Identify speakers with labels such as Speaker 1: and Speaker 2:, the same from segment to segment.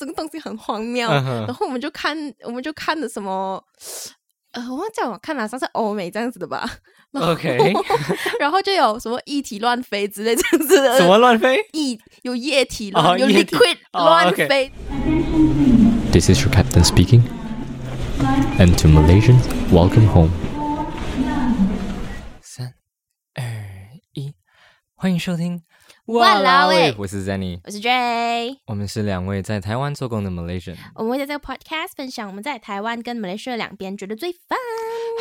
Speaker 1: 这个东西很荒谬。
Speaker 2: 嗯哼
Speaker 1: 然后我们就看，我们就看的什么，呃，我忘记我看哪像是欧美这样子的吧。 然后
Speaker 2: OK
Speaker 1: 然后就有什么液体乱飞之类这样子的，
Speaker 2: 什么乱飞？
Speaker 1: 液有液体
Speaker 2: 哦
Speaker 1: 乱，有
Speaker 2: 液体
Speaker 1: liquid
Speaker 2: 哦
Speaker 1: 乱
Speaker 2: OK
Speaker 1: 飞。
Speaker 3: This is your captain speaking. And to Malaysians, welcome home.
Speaker 2: 三二一，欢迎收听
Speaker 1: 哇啦喂
Speaker 2: 我是 Zenny，
Speaker 1: 我是 J，
Speaker 2: 我们是两位在台湾做工的 Malaysian，
Speaker 1: 我们会在这个 podcast 分享我们在台湾跟马来西亚两边觉得最 烦，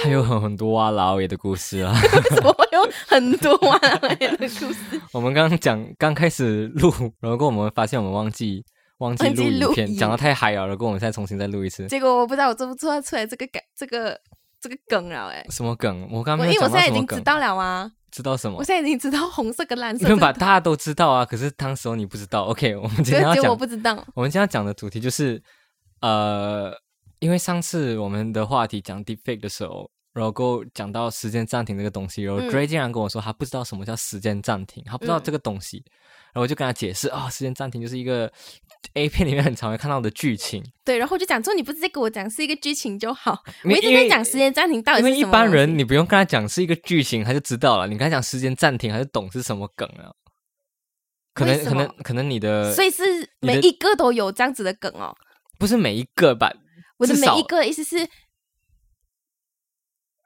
Speaker 2: 还有很多哇啦喂的故事 啊。
Speaker 1: 为什么会有很多完美的故事？
Speaker 2: 我们刚刚讲刚开始录，然后过后我们发现我们忘记忘记
Speaker 1: 忘记录
Speaker 2: 录影片，
Speaker 1: 影
Speaker 2: 讲的太嗨啊了，然后过后我们再重新再录一次。
Speaker 1: 结果我不知道我做不做得出来这个梗，这个这个梗了哎、
Speaker 2: 什么梗？我刚
Speaker 1: 我
Speaker 2: 刚
Speaker 1: 因
Speaker 2: 没
Speaker 1: 为
Speaker 2: 有
Speaker 1: 我
Speaker 2: 讲
Speaker 1: 现
Speaker 2: 到
Speaker 1: 在已
Speaker 2: 什么
Speaker 1: 经知
Speaker 2: 梗，
Speaker 1: 道了啊，
Speaker 2: 知道什么
Speaker 1: 我？现在已经知道红色跟蓝色
Speaker 2: 没有吧？
Speaker 1: 这
Speaker 2: 大家都知道啊，可是当时候你不知道。OK，我们今天
Speaker 1: 个，
Speaker 2: 要
Speaker 1: 只有
Speaker 2: 讲
Speaker 1: 我不知道。
Speaker 2: 我们今天要讲的主题就是，呃，因为上次我们的话题讲 deepfake 的时候，然后过后讲到时间暂停这个东西，然后
Speaker 1: 嗯
Speaker 2: Gray 竟然跟我说他不知道什么叫时间暂停，他不知道这个东西，然后我就跟他解释啊、时间暂停就是一个 A 片里面很常会看到的剧情，
Speaker 1: 对，然后我就讲说你不直接给我讲是一个剧情就好，我
Speaker 2: 没
Speaker 1: 一直
Speaker 2: 因
Speaker 1: 在
Speaker 2: 为
Speaker 1: 讲时间暂停到底
Speaker 2: 因
Speaker 1: 是
Speaker 2: 为
Speaker 1: 什
Speaker 2: 一
Speaker 1: 么
Speaker 2: 般
Speaker 1: 东
Speaker 2: 人
Speaker 1: 西
Speaker 2: 你不用跟他讲是一个剧情，他就知道了，你跟他讲时间暂停，他就懂是什么梗了。可
Speaker 1: 为
Speaker 2: 能
Speaker 1: 什
Speaker 2: 可能
Speaker 1: 么
Speaker 2: 可能你的
Speaker 1: 所以是
Speaker 2: 呃你的
Speaker 1: 每一个都有这样子的梗哦。
Speaker 2: 不是每一个吧？
Speaker 1: 我的
Speaker 2: 至
Speaker 1: 每
Speaker 2: 少
Speaker 1: 一个意思是，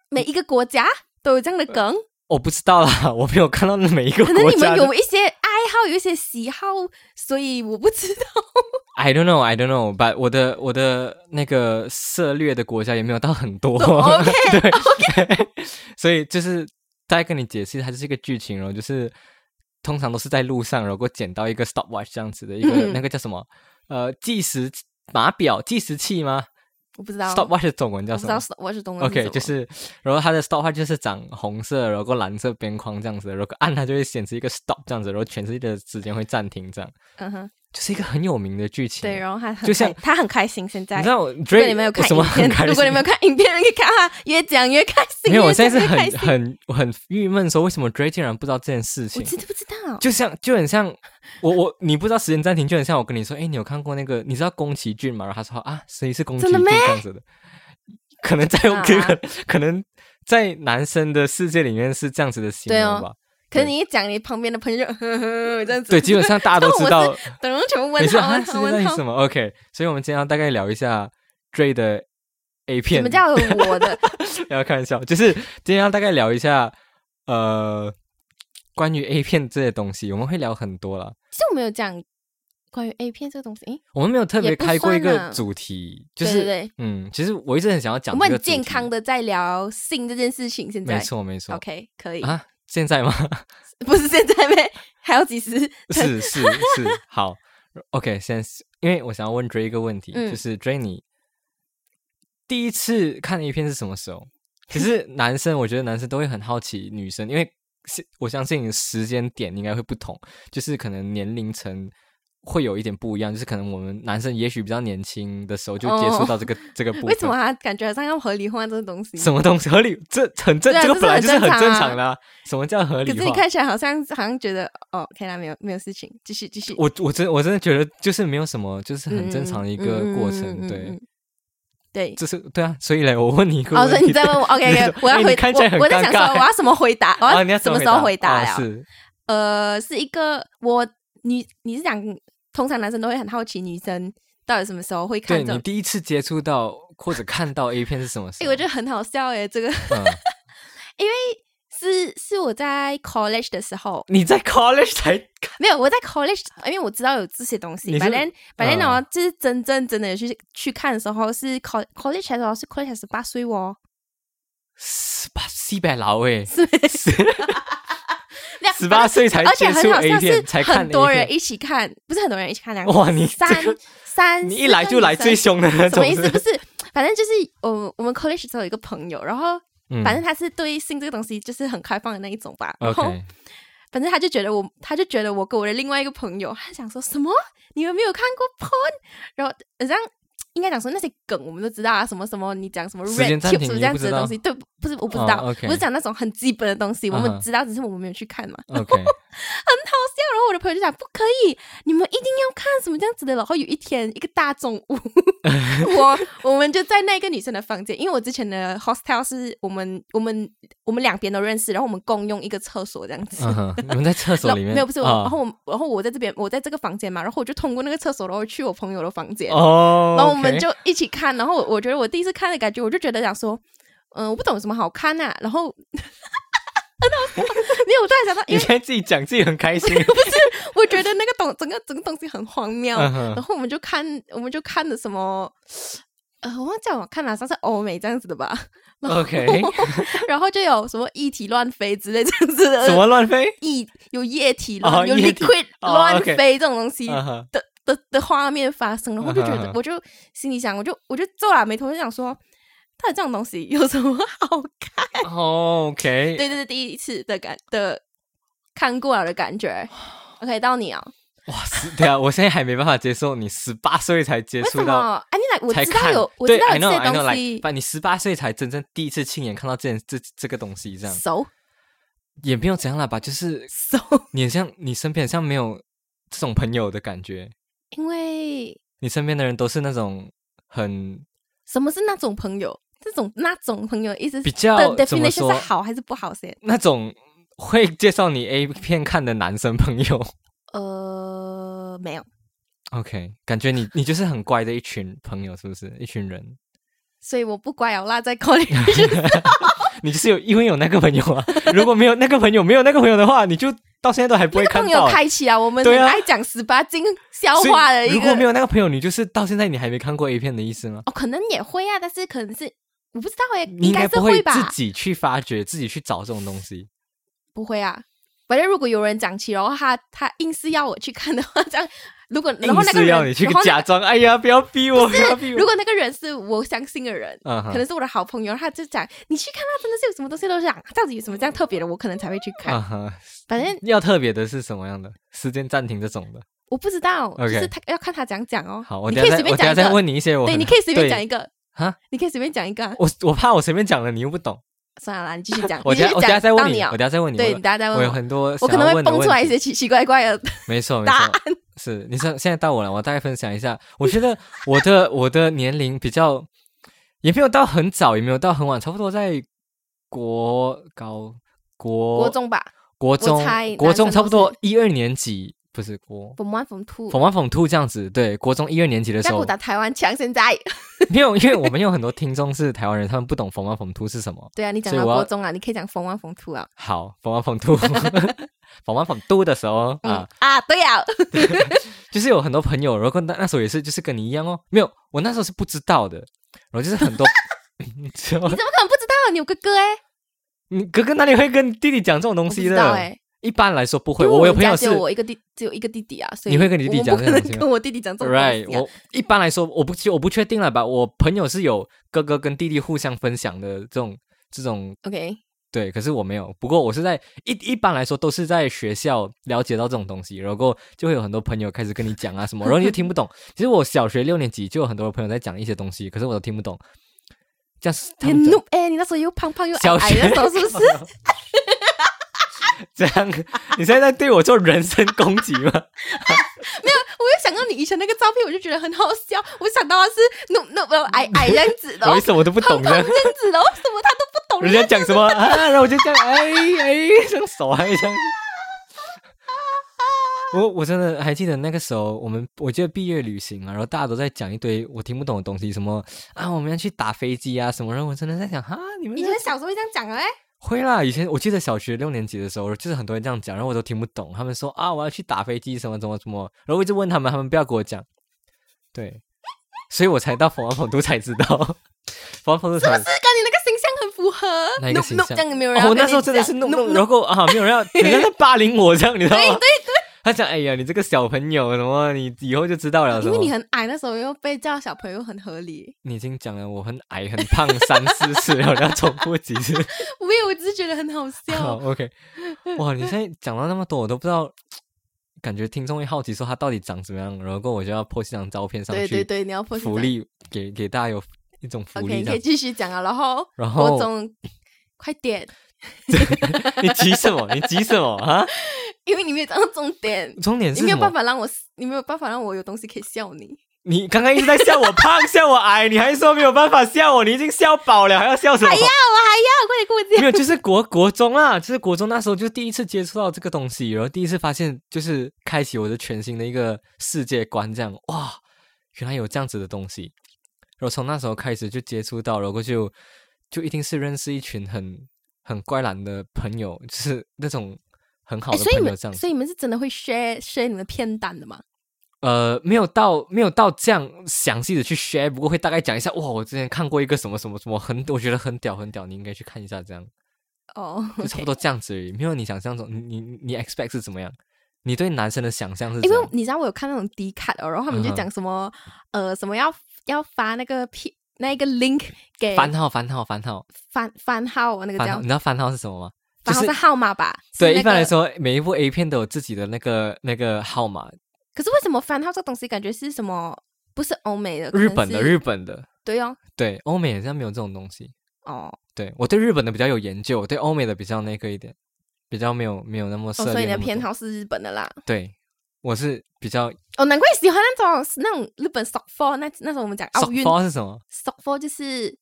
Speaker 1: 每一个国家都有这样的 梗，
Speaker 2: 我不知道啦，我没有看到那每一个
Speaker 1: 可能
Speaker 2: 国
Speaker 1: 你
Speaker 2: 家
Speaker 1: 们
Speaker 2: 的
Speaker 1: 有一些爱好，有一些喜好，所以我不 知道。
Speaker 2: I don't know, I don't know, but 我的我的那个涉猎的国家也没有到很多
Speaker 1: OK，
Speaker 2: 对 所以就是再跟你解释，它就是一个剧情，然后哦就是通常都是在路上，如果捡到一个 stopwatch 这样子的一个、
Speaker 1: 嗯
Speaker 2: 那个叫什么呃计时码表计时器吗
Speaker 1: 我不知道，我
Speaker 2: ？stopwatch 的中文叫
Speaker 1: 不知
Speaker 2: 什么
Speaker 1: 道是我是中文
Speaker 2: OK，
Speaker 1: 什么
Speaker 2: 就是，然后它的 stop 它就是长红色，然后蓝色边框这样子，然后按它就会显示一个 stop 这样子，然后全世界的时间会暂停，这样
Speaker 1: 嗯哼，
Speaker 2: 就是一个很有名的剧情。哦
Speaker 1: 对，然后他很
Speaker 2: 就像
Speaker 1: 开他很开心，现在
Speaker 2: 你知道我，
Speaker 1: 如
Speaker 2: 如
Speaker 1: 果你们有看
Speaker 2: 什么
Speaker 1: 影
Speaker 2: 很开
Speaker 1: 片，
Speaker 2: 心？
Speaker 1: 如果你们有看影片，你可以看他越讲越开心，
Speaker 2: 没有，我
Speaker 1: 越讲
Speaker 2: 现在是
Speaker 1: 越开
Speaker 2: 很
Speaker 1: 心
Speaker 2: 很我很郁闷，说为什么 Dray 竟然不知道这件事
Speaker 1: 我
Speaker 2: 情？
Speaker 1: 真的不知道，
Speaker 2: 就像就很像我我你不知道时间暂停，就很像我跟你说，哎，你有看过那个你知道宫崎骏吗？然后他说啊，谁是宫崎
Speaker 1: 真的
Speaker 2: 骏
Speaker 1: 咩
Speaker 2: 这样子的？可能在
Speaker 1: 道啊
Speaker 2: 可能可能在男生的世界里面是这样子的形
Speaker 1: 对
Speaker 2: 容
Speaker 1: 哦
Speaker 2: 吧？
Speaker 1: 可是你一讲，你旁边的朋友就 呵呵这样子，
Speaker 2: 对，基本上 大家都
Speaker 1: 但我
Speaker 2: 知道
Speaker 1: 是。等人全部问
Speaker 2: 你说
Speaker 1: 他
Speaker 2: 啊，
Speaker 1: 问
Speaker 2: 时
Speaker 1: 他
Speaker 2: 间暂
Speaker 1: 问
Speaker 2: 停
Speaker 1: 他
Speaker 2: 是。什么？OK，所以我们今天要大概聊一下 Dray 的 A 片。
Speaker 1: 什么叫我的？
Speaker 2: 不要开玩笑，就是今天要大概聊一下，呃，关于 A 片这些东西，我们会聊很多啦。
Speaker 1: 其实我没有讲关于 A 片这个东西，诶，
Speaker 2: 我们没有特别
Speaker 1: 也不
Speaker 2: 开过一
Speaker 1: 算
Speaker 2: 个
Speaker 1: 啊
Speaker 2: 主题，就
Speaker 1: 对
Speaker 2: 是
Speaker 1: 对对
Speaker 2: 嗯，其实我一直很想要讲
Speaker 1: 我们很
Speaker 2: 这个主题
Speaker 1: 健康，的在聊性这件事情。现在
Speaker 2: 没错没错。
Speaker 1: ，OK，可以，
Speaker 2: 啊，现在吗？
Speaker 1: 不是现在呗，还有几 十，
Speaker 2: 是是是，好，OK，现在是因为我想要问 Dray 一个问题，
Speaker 1: 嗯
Speaker 2: 就是 Dray 你第一次看 A 片是什么时候？其实男生，我觉得男生都会很好奇女生，因为是我相信时间点应该会不同，就是可能年龄层会有一点不一样，就是可能我们男生也许比较年轻的时候就接触
Speaker 1: 哦
Speaker 2: 到 这个、这个部分。
Speaker 1: 为什么他感觉好像要合理化这个东 西？
Speaker 2: 什么东西合理？这很正，
Speaker 1: 对啊
Speaker 2: 这
Speaker 1: 这
Speaker 2: 个
Speaker 1: 是
Speaker 2: 本来
Speaker 1: 很
Speaker 2: 就是
Speaker 1: 正
Speaker 2: 很
Speaker 1: 常
Speaker 2: 正
Speaker 1: 啊
Speaker 2: 常的、啊。什么叫合
Speaker 1: 可
Speaker 2: 理
Speaker 1: 是
Speaker 2: 化？
Speaker 1: 你看起来好像好像觉得哦，OK 啦，没有没有事情，继续继续。
Speaker 2: 我我真我真的觉得就是没有什么，就是很
Speaker 1: 嗯
Speaker 2: 正常的一个过程，，
Speaker 1: 嗯嗯嗯嗯嗯嗯
Speaker 2: 对
Speaker 1: 嗯，对。
Speaker 2: 就是对啊。所以嘞，我问你一个
Speaker 1: 哦，所
Speaker 2: 问
Speaker 1: 以你
Speaker 2: 题，
Speaker 1: 在问我，OK
Speaker 2: 你说
Speaker 1: OK，我要
Speaker 2: 哎你
Speaker 1: 回，
Speaker 2: 看起来很
Speaker 1: 我我在想
Speaker 2: 尴尬
Speaker 1: 说我要什么回 答，我
Speaker 2: 啊，你要
Speaker 1: 哦什
Speaker 2: 么
Speaker 1: 么时候
Speaker 2: 回
Speaker 1: 回答
Speaker 2: 啊
Speaker 1: 呀？
Speaker 2: 是
Speaker 1: 呃，是一个我女，你是讲通常男生都会很好奇女生到底什么时候会看
Speaker 2: 对
Speaker 1: 这
Speaker 2: 你
Speaker 1: 种。
Speaker 2: 第一次接触到或者看到 A 片是什么时
Speaker 1: 哎、
Speaker 2: 候？
Speaker 1: 我觉得很好笑哎、这个
Speaker 2: 嗯
Speaker 1: 是是我在 college 的时候，
Speaker 2: 你在 college 才看
Speaker 1: 没有我在 college，因为我知道有这些东
Speaker 2: 你
Speaker 1: 西。
Speaker 2: 是
Speaker 1: 反正反正呢
Speaker 2: 嗯，
Speaker 1: 哦就是真正真的有去去看的时候是 coll college 的时候是 college 十八岁哦，
Speaker 2: 十八西北佬 哎，
Speaker 1: 是没有
Speaker 2: 十八岁才
Speaker 1: 而且
Speaker 2: 接
Speaker 1: 很
Speaker 2: 触
Speaker 1: 好
Speaker 2: A
Speaker 1: 笑，
Speaker 2: 片，
Speaker 1: 是
Speaker 2: 才看
Speaker 1: 很多
Speaker 2: A
Speaker 1: 人
Speaker 2: 片
Speaker 1: 一起看，不是很多人一起看两
Speaker 2: 哇你
Speaker 1: 三
Speaker 2: 这个
Speaker 1: 三，
Speaker 2: 你一来就来
Speaker 1: 最。
Speaker 2: 最凶的那
Speaker 1: 什么
Speaker 2: 种
Speaker 1: 意
Speaker 2: 是不
Speaker 1: 思？
Speaker 2: 是，
Speaker 1: 不是，反正就是我我们 college 时候有一个朋友，然后
Speaker 2: 嗯
Speaker 1: 反正他是对性这个东西就是很开放的那一种吧。然后
Speaker 2: OK
Speaker 1: 反正他就觉得我，他就觉得我跟我的另外一个朋友，他想说什么？你们没有看过 porn？然后好像应该讲说那些梗我们都知道啊，什么什么，你讲什么
Speaker 2: 时间
Speaker 1: red
Speaker 2: 暂
Speaker 1: tube 什
Speaker 2: 停
Speaker 1: 么
Speaker 2: 你
Speaker 1: 这
Speaker 2: 又
Speaker 1: 样
Speaker 2: 不
Speaker 1: 子的
Speaker 2: 知道
Speaker 1: 东西，对，不是我不
Speaker 2: 哦
Speaker 1: 知道，
Speaker 2: ，OK
Speaker 1: 我是讲那种很基本的东西，我
Speaker 2: 嗯 哼
Speaker 1: 们知道，只是我们没有去看嘛。
Speaker 2: OK，
Speaker 1: 然后我的朋友就讲不可以，你们一定要看什么这样子的。然后有一天一个大中 午，我我们就在那个女生的房间，因为我之前的 hostel 是我们我们我们两边都认识，然后我们共用一个厕所这样 子。
Speaker 2: 嗯哼，你们在厕所
Speaker 1: 然后
Speaker 2: 里面？
Speaker 1: 没有不是我，
Speaker 2: 哦
Speaker 1: 然后我然后我在这边我在这个房间嘛，然后我就通过那个厕所，然后去我朋友的房间。
Speaker 2: 哦，
Speaker 1: 然后我们
Speaker 2: OK
Speaker 1: 就一起看，然后我我觉得我第一次看的感觉，我就觉得想说，嗯、我不懂有什么好看呐、然后 很好 笑，没有，我突然想到，因为
Speaker 2: 你现在自己讲自己很开 心，
Speaker 1: 我觉得那个东整个整个东西很荒谬，
Speaker 2: 嗯
Speaker 1: 然
Speaker 2: 哼，
Speaker 1: 后我们就看我们就看的什么，呃，我忘记我看了，像是欧美这样子的吧。然后
Speaker 2: OK
Speaker 1: 然后就有什么液体乱飞之类这样子的，
Speaker 2: 什么 乱飞？
Speaker 1: 液有液体
Speaker 2: 哦
Speaker 1: 乱、有
Speaker 2: 液体
Speaker 1: liquid
Speaker 2: 哦
Speaker 1: 乱
Speaker 2: OK
Speaker 1: 飞这种东西，
Speaker 2: 嗯哼，
Speaker 1: 的的的画面发生，然后就觉得
Speaker 2: 嗯，哼
Speaker 1: 我就心里想，我就我就皱了眉头，就想说，到底这种东西有什么 好看？
Speaker 2: 哦，OK，
Speaker 1: 对对对，第一次的感的看过了的感觉。OK，到你哦，
Speaker 2: 哇，十对啊，我现在还没办法接受你十八岁才接
Speaker 1: 为什
Speaker 2: 触
Speaker 1: 么
Speaker 2: 到，？
Speaker 1: 哎，你来，我
Speaker 2: 才
Speaker 1: 知道
Speaker 2: 看，
Speaker 1: 有，我
Speaker 2: 对
Speaker 1: 知道有
Speaker 2: I know
Speaker 1: 这
Speaker 2: I
Speaker 1: 些
Speaker 2: know，
Speaker 1: 东
Speaker 2: like，
Speaker 1: 西，
Speaker 2: 把你十八岁才真正第一次亲眼看到这件这这个东西，这样
Speaker 1: 熟
Speaker 2: 也没有怎样啦吧，就是
Speaker 1: 熟，
Speaker 2: 你很像你身边很像没有这种朋友的感觉，
Speaker 1: 因为
Speaker 2: 你身边的人都是那种很
Speaker 1: 什么是那种朋友？这种那种朋友意思是
Speaker 2: 比较
Speaker 1: 的
Speaker 2: 怎么
Speaker 1: definition
Speaker 2: 说
Speaker 1: 是好还是不好先？
Speaker 2: 那种会介绍你 A 片看的男生朋友。
Speaker 1: 呃，没有，
Speaker 2: OK，感觉你你就是很乖的一群朋友，是不是？一群人，
Speaker 1: 所以我不乖哦，落在 college
Speaker 2: 你就是有因为有那个朋友啊。如果没有那个朋友，没有那个朋友的话，你就到现在都还不会
Speaker 1: 那个
Speaker 2: 看
Speaker 1: 朋友
Speaker 2: 到。
Speaker 1: 开启啊，我们
Speaker 2: 对
Speaker 1: 很
Speaker 2: 啊
Speaker 1: 爱讲十八禁笑
Speaker 2: 所以
Speaker 1: 话的一
Speaker 2: 如果没
Speaker 1: 个。
Speaker 2: 有那个朋友，你就是到现在你还没看过 A 片的意思吗？
Speaker 1: 哦，可能也会啊，但是可能是我不知道哎，
Speaker 2: 你应该
Speaker 1: 该是
Speaker 2: 不会
Speaker 1: 吧？
Speaker 2: 自己去发掘、自己去找这种东西。
Speaker 1: 不会啊，反正如果有人讲起，然后他他硬是要我去看的话，这样如果然后那个
Speaker 2: 硬是
Speaker 1: 人，
Speaker 2: 要你去
Speaker 1: 然后那
Speaker 2: 假装，哎呀，不要逼我，不要逼我。
Speaker 1: 如果那个人是我相信的人。
Speaker 2: 嗯哼
Speaker 1: 可能是我的好朋友，他就讲你去看他真的是有什么东西都想，到底有什么这样特别的，我可能才会去看。
Speaker 2: 嗯哼，
Speaker 1: 反正
Speaker 2: 要特别的是什么样的？时间暂停这种的。
Speaker 1: 我不知道
Speaker 2: OK
Speaker 1: 就是他要看他讲讲哦。
Speaker 2: 好，我
Speaker 1: 你
Speaker 2: 等
Speaker 1: 可以
Speaker 2: 下
Speaker 1: 随
Speaker 2: 再
Speaker 1: 便
Speaker 2: 我
Speaker 1: 讲
Speaker 2: 等下
Speaker 1: 一
Speaker 2: 再
Speaker 1: 个，
Speaker 2: 问你一些我很。
Speaker 1: 对，你可以随便讲一
Speaker 2: 个
Speaker 1: 个
Speaker 2: 哈，
Speaker 1: 你可以随便讲一个啊。
Speaker 2: 我我怕我随便讲了你又不懂。
Speaker 1: 算了啦，你继续讲，
Speaker 2: 我
Speaker 1: 你继
Speaker 2: 等
Speaker 1: 续
Speaker 2: 下我等下
Speaker 1: 讲，
Speaker 2: 再
Speaker 1: 到
Speaker 2: 问你，
Speaker 1: 哦
Speaker 2: 我等下再问你。
Speaker 1: 对，
Speaker 2: 我
Speaker 1: 你大家再问
Speaker 2: 我有
Speaker 1: 我，
Speaker 2: 很多，
Speaker 1: 我可能会蹦出来一些。奇奇怪怪的。
Speaker 2: 没错，没
Speaker 1: 答
Speaker 2: 错，是你想现在到我了，我大概分享一下。我觉得我的 我的年龄比较，也没有到很早，也没有到很晚，差不多在国高国
Speaker 1: 国中吧
Speaker 2: 国中
Speaker 1: 猜
Speaker 2: 国中
Speaker 1: 男生都
Speaker 2: 差不多
Speaker 1: 是
Speaker 2: 一二年级，不是国。
Speaker 1: ，From One From Two，
Speaker 2: 缝完缝兔这样子，对，国中一二年级的时
Speaker 1: 但
Speaker 2: 候
Speaker 1: 我，打台湾腔。现在，
Speaker 2: 没有，因为我们有很多听众是台湾人，他们不懂缝完缝兔是什么。
Speaker 1: 对啊，你讲
Speaker 2: 所以
Speaker 1: 到
Speaker 2: 我要
Speaker 1: 国中啊，你可以讲 From One From Two 啊。
Speaker 2: 好，缝完 缝兔，缝完缝兔的时候啊，
Speaker 1: 嗯啊，对啊，
Speaker 2: 就是有很多朋友，然后那那时候也是，就是跟你一样哦，没有，我那时候是不知道的，然后就是很 多，你
Speaker 1: 你怎
Speaker 2: 知道
Speaker 1: 么可能不知道？你有哥哥哎，
Speaker 2: 你哥哥哪里会跟弟弟讲这种东
Speaker 1: 我不
Speaker 2: 西
Speaker 1: 知
Speaker 2: 的？
Speaker 1: 道哎，
Speaker 2: 一般来说不会，
Speaker 1: 因为
Speaker 2: 我有
Speaker 1: 们
Speaker 2: 朋
Speaker 1: 家
Speaker 2: 友
Speaker 1: 只
Speaker 2: 是
Speaker 1: 有我一个弟，只有一个弟弟啊，所以
Speaker 2: 你会跟你弟
Speaker 1: 我
Speaker 2: 讲
Speaker 1: 不
Speaker 2: 这
Speaker 1: 可
Speaker 2: 种
Speaker 1: 能
Speaker 2: 东西吗
Speaker 1: 跟我弟弟讲这种
Speaker 2: ，right，
Speaker 1: 东西啊
Speaker 2: 欸我一般来说我不我不确定了吧，我朋友是有哥哥跟弟弟互相分享的这种这种
Speaker 1: OK，
Speaker 2: 对，可是我没有。不过我是在一一般来说都是在学校了解到这种东西，然后就会有很多朋友开始跟你讲啊什么，然后你就听不懂。其实我小学六年级就有很多朋友在讲一些东西，可是我都听不懂。这样是他
Speaker 1: 你
Speaker 2: 们
Speaker 1: 很
Speaker 2: 讲
Speaker 1: 怒哎，你那时候又胖胖又
Speaker 2: 小
Speaker 1: 矮
Speaker 2: 学
Speaker 1: 矮的时候，是不是？
Speaker 2: 这样，你现在在对我做人身攻击吗？
Speaker 1: 我又想到你以前那个照片，我就觉得很好笑。我想到他是怒怒呃矮矮这样子的哦，
Speaker 2: 我一什么都不懂
Speaker 1: 胖胖
Speaker 2: 的，
Speaker 1: 这样子的哦，什么他都不懂。
Speaker 2: 人家讲什么 啊，然后我就这样，哎哎，这样手还 这样。我我真的还记得那个时候，我们我记得毕业旅行啊，然后大家都在讲一堆我听不懂的东西，什么啊，我们要去打飞机啊什么，然后我真的在想啊，你们
Speaker 1: 以
Speaker 2: 这
Speaker 1: 前小时候会这样讲的哎，
Speaker 2: 会啦，以前我记得小学六年级的时候，就是很多人这样讲，然后我都听不懂，他们说啊，我要去打飞机什么什么什么，然后我一直问他们，他们不要跟我讲，对，所以我才到凤凰捧都才知道， 凤凰捧都
Speaker 1: 是
Speaker 2: 才
Speaker 1: 不是跟你那个形象很符合？
Speaker 2: 哪一个
Speaker 1: Nope,
Speaker 2: 形
Speaker 1: nope，
Speaker 2: 象
Speaker 1: 这样有没有人要
Speaker 2: 哦，我
Speaker 1: 跟你讲？
Speaker 2: 那时候真的是弄弄，
Speaker 1: Nope,
Speaker 2: 然
Speaker 1: nope
Speaker 2: 后啊，没有人要，人家在霸凌我这样，你知道吗？对对对， 他讲，哎呀，你这个小朋友什么，你以后就知道了。什
Speaker 1: 因
Speaker 2: 么
Speaker 1: 为你很矮，那时候又被叫小朋友，很合理。
Speaker 2: 你已经讲了，我很矮很胖三四次，然后要重复几次。
Speaker 1: 我也我只是觉得很好
Speaker 2: 好
Speaker 1: 笑。
Speaker 2: ，OK，哇，你现在讲到那么多，我都不知道，感觉听众会好奇说他到底长怎么样，然后过后我就要 po 这张照片上
Speaker 1: 对
Speaker 2: 去，
Speaker 1: 对对，你要 p o
Speaker 2: 福利给给大家有一种福
Speaker 1: OK，
Speaker 2: 利
Speaker 1: 你
Speaker 2: 这
Speaker 1: 可以
Speaker 2: 样。
Speaker 1: 继续讲啊。然后
Speaker 2: 然
Speaker 1: 国
Speaker 2: 后
Speaker 1: 中，快点，
Speaker 2: 你急什么？你急什么啊？
Speaker 1: 因为你没有讲到重 点，
Speaker 2: 重点
Speaker 1: 你
Speaker 2: 是
Speaker 1: 没
Speaker 2: 什
Speaker 1: 有办
Speaker 2: 么？
Speaker 1: 法让我，你没有办法让我有东西可以笑你。
Speaker 2: 你刚刚一直在笑我胖， 笑我矮，你还说没有办法笑我，你已经笑饱了，还要笑什么？
Speaker 1: 还要我还要，快点跟我讲。
Speaker 2: 没有，就是国国中啊，就是国中那时候就第一次接触到这个东西，然后第一次发现，就是开启我的全新的一个世界观，这样哇，原来有这样子的东西。然后从那时候开始就接触到，然后就就一定是认识一群很很怪懒的朋友，就是那种很好
Speaker 1: 哎，
Speaker 2: 的
Speaker 1: 所以你
Speaker 2: 朋友
Speaker 1: 们，
Speaker 2: 这样。
Speaker 1: 所以你们是真的会 share share 你们的片单 的吗？
Speaker 2: 呃，没有到没有到这样详细的去 share，不过会大概讲一下。哇，我之前看过一个什么什么什么很，我觉得很屌很屌，你应该去看一下这样。
Speaker 1: 哦，
Speaker 2: 就差不多这样子而已，没有你想象中，你你你 expect 是怎么样？你对男生的想象是怎
Speaker 1: 因为
Speaker 2: 样？
Speaker 1: 你知道我有看那种 D 卡哦，然后他们就
Speaker 2: 嗯哼
Speaker 1: 讲什么、呃什么要要发那个 P 那一个 link 给
Speaker 2: 番号，番号，番号，
Speaker 1: 番番号那个
Speaker 2: 番
Speaker 1: 叫
Speaker 2: 号，你知道番号是什么吗？就
Speaker 1: 番号
Speaker 2: 是
Speaker 1: 是号码吧？是
Speaker 2: 对，
Speaker 1: 那
Speaker 2: 一般来
Speaker 1: 个，
Speaker 2: 说，每一部 A 片都有自己的那个那个号码，
Speaker 1: 可是为什么番号这东西感觉是什么？不是欧美的，可能
Speaker 2: 日本的，
Speaker 1: 是
Speaker 2: 日本的，
Speaker 1: 对哦，
Speaker 2: 对，欧美好像没有这种东西。
Speaker 1: 哦，
Speaker 2: 对我对日本的比较有研究，我对欧美的比较那个一点，比较没有没有那么涉
Speaker 1: 哦
Speaker 2: 猎、
Speaker 1: 所以你的偏？好是日本的啦。
Speaker 2: 对，我是比较。
Speaker 1: 哦，难怪喜欢那种那种日本 soft four，那那时候我们讲奥运
Speaker 2: softball 是什么？
Speaker 1: soft four 就是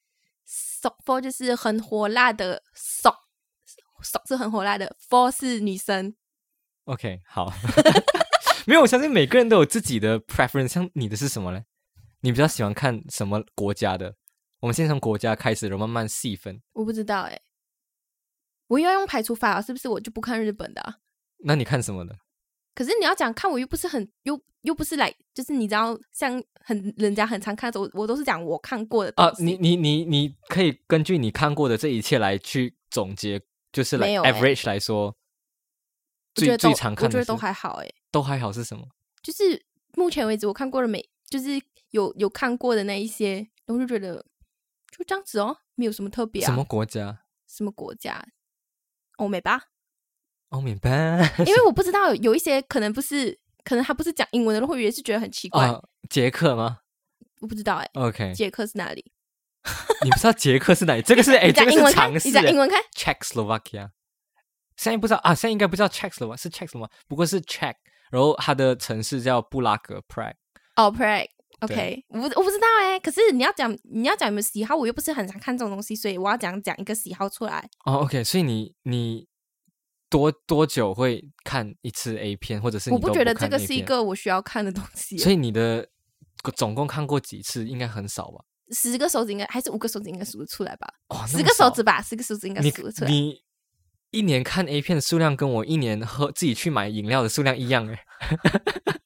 Speaker 1: soft four 就是很火辣的 soft soft 是很火辣的，four 是女生。
Speaker 2: OK，好， 没有，我相信每个人都有自己的 preference。像你的是什么呢？你比较喜欢看什么国家的？我们先从国家开始，然后慢慢细分。
Speaker 1: 我不知道哎、我又要用排除法了，是不是？我就不看日本的啊、
Speaker 2: 那你看什么的？
Speaker 1: 可是你要讲看，我又不是很又又不是来，就是你知道，像很人家很常看的，我我都是讲我看过的东
Speaker 2: 啊，
Speaker 1: 西
Speaker 2: 你你你你可以根据你看过的这一切来去总结，就是来
Speaker 1: 没有欸
Speaker 2: average 来说，
Speaker 1: 我觉
Speaker 2: 最
Speaker 1: 得都
Speaker 2: 最常看
Speaker 1: 我觉
Speaker 2: 的
Speaker 1: 得
Speaker 2: 是
Speaker 1: 都还好哎、
Speaker 2: 都还好是什么？
Speaker 1: 就是目前为止我看过的每就是有有看过的那一些，然后就觉得就这样子哦，没有什么特别啊，
Speaker 2: 什么国家？
Speaker 1: 什么国家，欧美 吧，
Speaker 2: 欧美吧？
Speaker 1: 因为我不知道有一些可能不是，可能他不是讲英文的，然后我也是觉得很奇怪，
Speaker 2: 啊，捷克吗
Speaker 1: 我不知道哎、
Speaker 2: ？OK，
Speaker 1: 捷克是哪里？
Speaker 2: 你不知道捷克是哪里？这个是 哎，
Speaker 1: 你
Speaker 2: 这
Speaker 1: 讲
Speaker 2: 个
Speaker 1: 英
Speaker 2: 是
Speaker 1: 文看，
Speaker 2: 常
Speaker 1: 你
Speaker 2: 识
Speaker 1: 讲
Speaker 2: 欸
Speaker 1: 英文看，
Speaker 2: Czechoslovakia，现在不知道啊，现在应该不知道 Czechoslovakia 是 Czechoslovakia，不过是 Czech，然后它的城市叫布拉格 Prague。
Speaker 1: 哦 p r a g OK，我不我不知道哎、可是你要讲你要讲有没有喜好，我又不是很常看这种东西，所以我要讲讲一个喜好出来。
Speaker 2: 哦，OK，所以你你多多久会看一次 A 片，或者是你
Speaker 1: 我
Speaker 2: 都不
Speaker 1: 觉得
Speaker 2: 看
Speaker 1: 这个是
Speaker 2: A
Speaker 1: 一
Speaker 2: 片，
Speaker 1: 个我需要看的东西欸，
Speaker 2: 所以你的总共看过几次，应该很少吧？
Speaker 1: 十个手指应该还是五个手指应该数得出来吧，
Speaker 2: 哦，那
Speaker 1: 十
Speaker 2: 么
Speaker 1: 个手
Speaker 2: 少
Speaker 1: 指吧，十个手指应该
Speaker 2: 你
Speaker 1: 数得出来。
Speaker 2: 你一年看 A 片的数量跟我一年喝自己去买饮料的数量一样哎，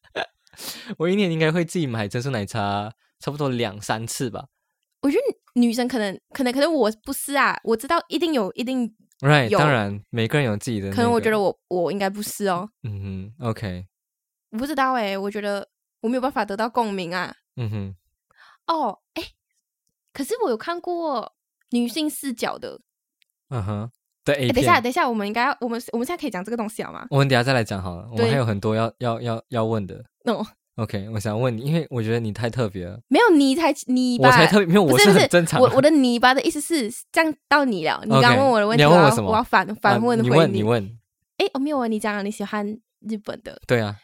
Speaker 2: 我一年应该会自己买珍珠奶茶差不多两三次吧。
Speaker 1: 我觉得女生可能可能可能我不是啊，我知道一定有一定，
Speaker 2: Right，
Speaker 1: 有
Speaker 2: 当然，每个人有自己的、
Speaker 1: 可能我觉得，我我应该不是哦，
Speaker 2: 嗯哼，OK，
Speaker 1: 我不知道哎、我觉得我没有办法得到共鸣啊。
Speaker 2: 嗯哼，
Speaker 1: 哦，哎，可是我有看过女性视角的，
Speaker 2: 嗯哼，对
Speaker 1: 哎、
Speaker 2: A
Speaker 1: 等一下，
Speaker 2: 片，
Speaker 1: 等一下，我们应该要，我们我们现在可以讲这个东西好吗？
Speaker 2: 我们等一下再来讲好了，我们
Speaker 1: 对
Speaker 2: 还有很多要要要要问的。
Speaker 1: no,
Speaker 2: OK，我想问你，因为我觉得你太特别了，
Speaker 1: 没有你才你吧，
Speaker 2: 我才特别，因为
Speaker 1: 不
Speaker 2: 我
Speaker 1: 是不
Speaker 2: 很
Speaker 1: 是
Speaker 2: 正常的。
Speaker 1: 我我的你吧的意思是这样到你了，你
Speaker 2: OK，
Speaker 1: 刚刚问我的问
Speaker 2: 你
Speaker 1: 题，
Speaker 2: 要
Speaker 1: 我
Speaker 2: 问我
Speaker 1: 要
Speaker 2: 什么
Speaker 1: 我要反反问
Speaker 2: 啊
Speaker 1: 回
Speaker 2: 你问，你问，
Speaker 1: 哎，我没有啊，你讲啊，你喜欢日本的，
Speaker 2: 对啊，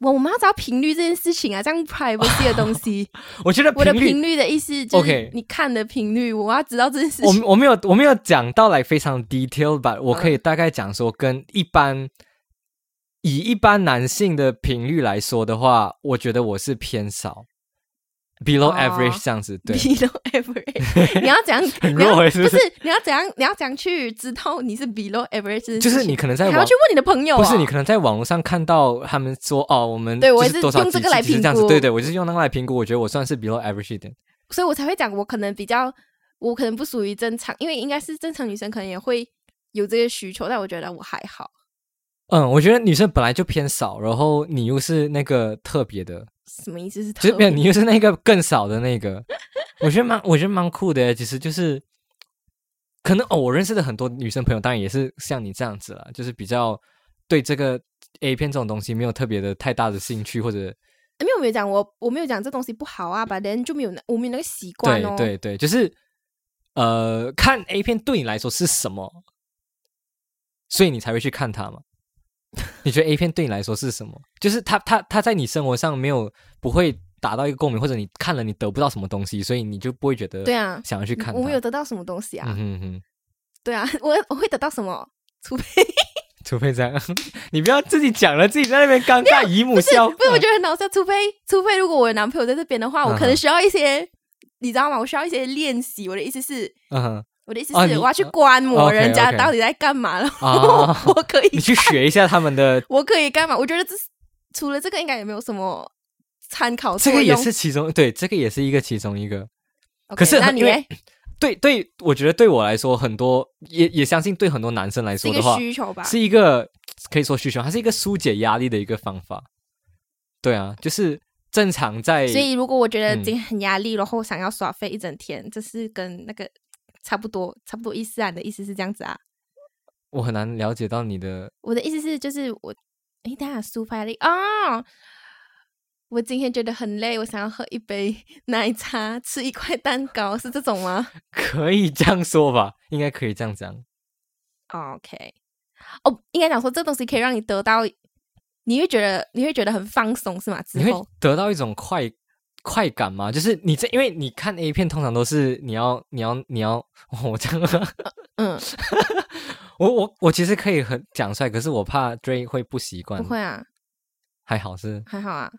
Speaker 1: 我我们要找频率这件事情啊，这样 privacy 的东西，
Speaker 2: 我觉得
Speaker 1: 我的
Speaker 2: 频率
Speaker 1: 频率的意思 就是
Speaker 2: 哦 OK
Speaker 1: 你看的频率，我要知道这件事
Speaker 2: 我
Speaker 1: 情。
Speaker 2: 我没有我没有讲到来非常 detail，吧，
Speaker 1: 嗯
Speaker 2: 我可以大概讲说，跟一般以一般男性的频率来说的话，我觉得我是偏少，below
Speaker 1: 哦
Speaker 2: average 这样子，对。
Speaker 1: below average，你要 怎样？
Speaker 2: 很
Speaker 1: 你要
Speaker 2: 弱欸是不
Speaker 1: 不
Speaker 2: 是
Speaker 1: 是？你要怎样？你要怎样去知道你是 below average？这件
Speaker 2: 就是
Speaker 1: 事情
Speaker 2: 你可能在
Speaker 1: 还要
Speaker 2: 网
Speaker 1: 去，问你的朋友、哦？
Speaker 2: 不是你可能在网络上看到他们说哦，我们
Speaker 1: 对我
Speaker 2: 就
Speaker 1: 也是
Speaker 2: 多少
Speaker 1: 用这
Speaker 2: 几
Speaker 1: 个来
Speaker 2: 几是这样子，
Speaker 1: 评估
Speaker 2: 对对，我就是用那个来评估，我觉得我算是 below average 一点。
Speaker 1: 所以我才会讲，我可能比较，我可能不属于正常，因为应该是正常女生可能也会有这些需求，但我觉得我还好，
Speaker 2: 嗯，我觉得女生本来就偏少，然后你又是那个特别的，
Speaker 1: 什么意思是特别？
Speaker 2: 就是没有你又是那个更少的那个，我觉得蛮我觉得蛮酷的耶，其实就是可能哦，我认识的很多女生朋友，当然也是像你这样子啦，就是比较对这个 A 片这种东西没有特别的太大的兴趣，或者
Speaker 1: 因为我没有讲我，我没有讲这东西不好啊，把人就没有那我没有那个习惯
Speaker 2: 对
Speaker 1: 哦。
Speaker 2: 对对，就是呃，看 A 片对你来说是什么，所以你才会去看它嘛。你觉得 A 片对你来说是什么？就是它它它在你生活上没有不会达到一个共鸣，或者你看了你得不到什么东西，所以你就不会觉得
Speaker 1: 对啊
Speaker 2: 想要去看它。
Speaker 1: 我没有得到什么东西啊
Speaker 2: 嗯，哼哼，
Speaker 1: 对啊， 我我会得到什么？除非
Speaker 2: 除非这样， 你不要自己讲了，自己在那边尴尬姨母笑。
Speaker 1: 不是，我觉得很搞笑。除非，除非如果我的男朋友在这边的话，我
Speaker 2: 嗯
Speaker 1: 可能需要一些，你知道吗？我需要一些练习。我的意思是，
Speaker 2: 嗯哼
Speaker 1: 我的意思
Speaker 2: 哦你
Speaker 1: 是，我要去观摩
Speaker 2: OK，OK
Speaker 1: 人家到底在干嘛了。
Speaker 2: 啊
Speaker 1: 我可以
Speaker 2: 你，去学一下他们的，
Speaker 1: 我可以干嘛？我觉得这是除了这个，应该也没有什么参考作
Speaker 2: 这
Speaker 1: 用。
Speaker 2: 个也是其中对，这个也是一个其中一个。
Speaker 1: OK，
Speaker 2: 可是
Speaker 1: 那你
Speaker 2: 因为
Speaker 1: 嘞
Speaker 2: 对对，我觉得对我来说，很多也也相信对很多男生来
Speaker 1: 是
Speaker 2: 说
Speaker 1: 一
Speaker 2: 的
Speaker 1: 个
Speaker 2: 话，
Speaker 1: 需求吧？
Speaker 2: 是一个可以说需求，它是一个疏解压力的一个方法。对啊，就是正常在
Speaker 1: 所以，如果我觉得
Speaker 2: 嗯
Speaker 1: 今天很压力，然后想要耍废一整天，这是跟那个差不多，差不多意思啊。你的意思是这样子啊？
Speaker 2: 我很难了解到你的
Speaker 1: 我的意思是，就是我，诶，等一下抒发力啊、哦！我今天觉得很累，我想要喝一杯 奶茶，吃一块蛋糕，是这种吗
Speaker 2: 可以这样说吧，应该可以这样讲。
Speaker 1: ？OK，哦，应该讲说这东西可以让你得到，你会觉得你会觉得很放松是吗？之
Speaker 2: 你会
Speaker 1: 后
Speaker 2: 得到一种快快感吗？就是你这，因为你看 A 片通常都是你要你要你要，我这样，啊
Speaker 1: 嗯，
Speaker 2: 我我我其实可以很讲出来，可是我怕 Dray 会不习惯
Speaker 1: 不。会啊，
Speaker 2: 还好是
Speaker 1: 还好啊，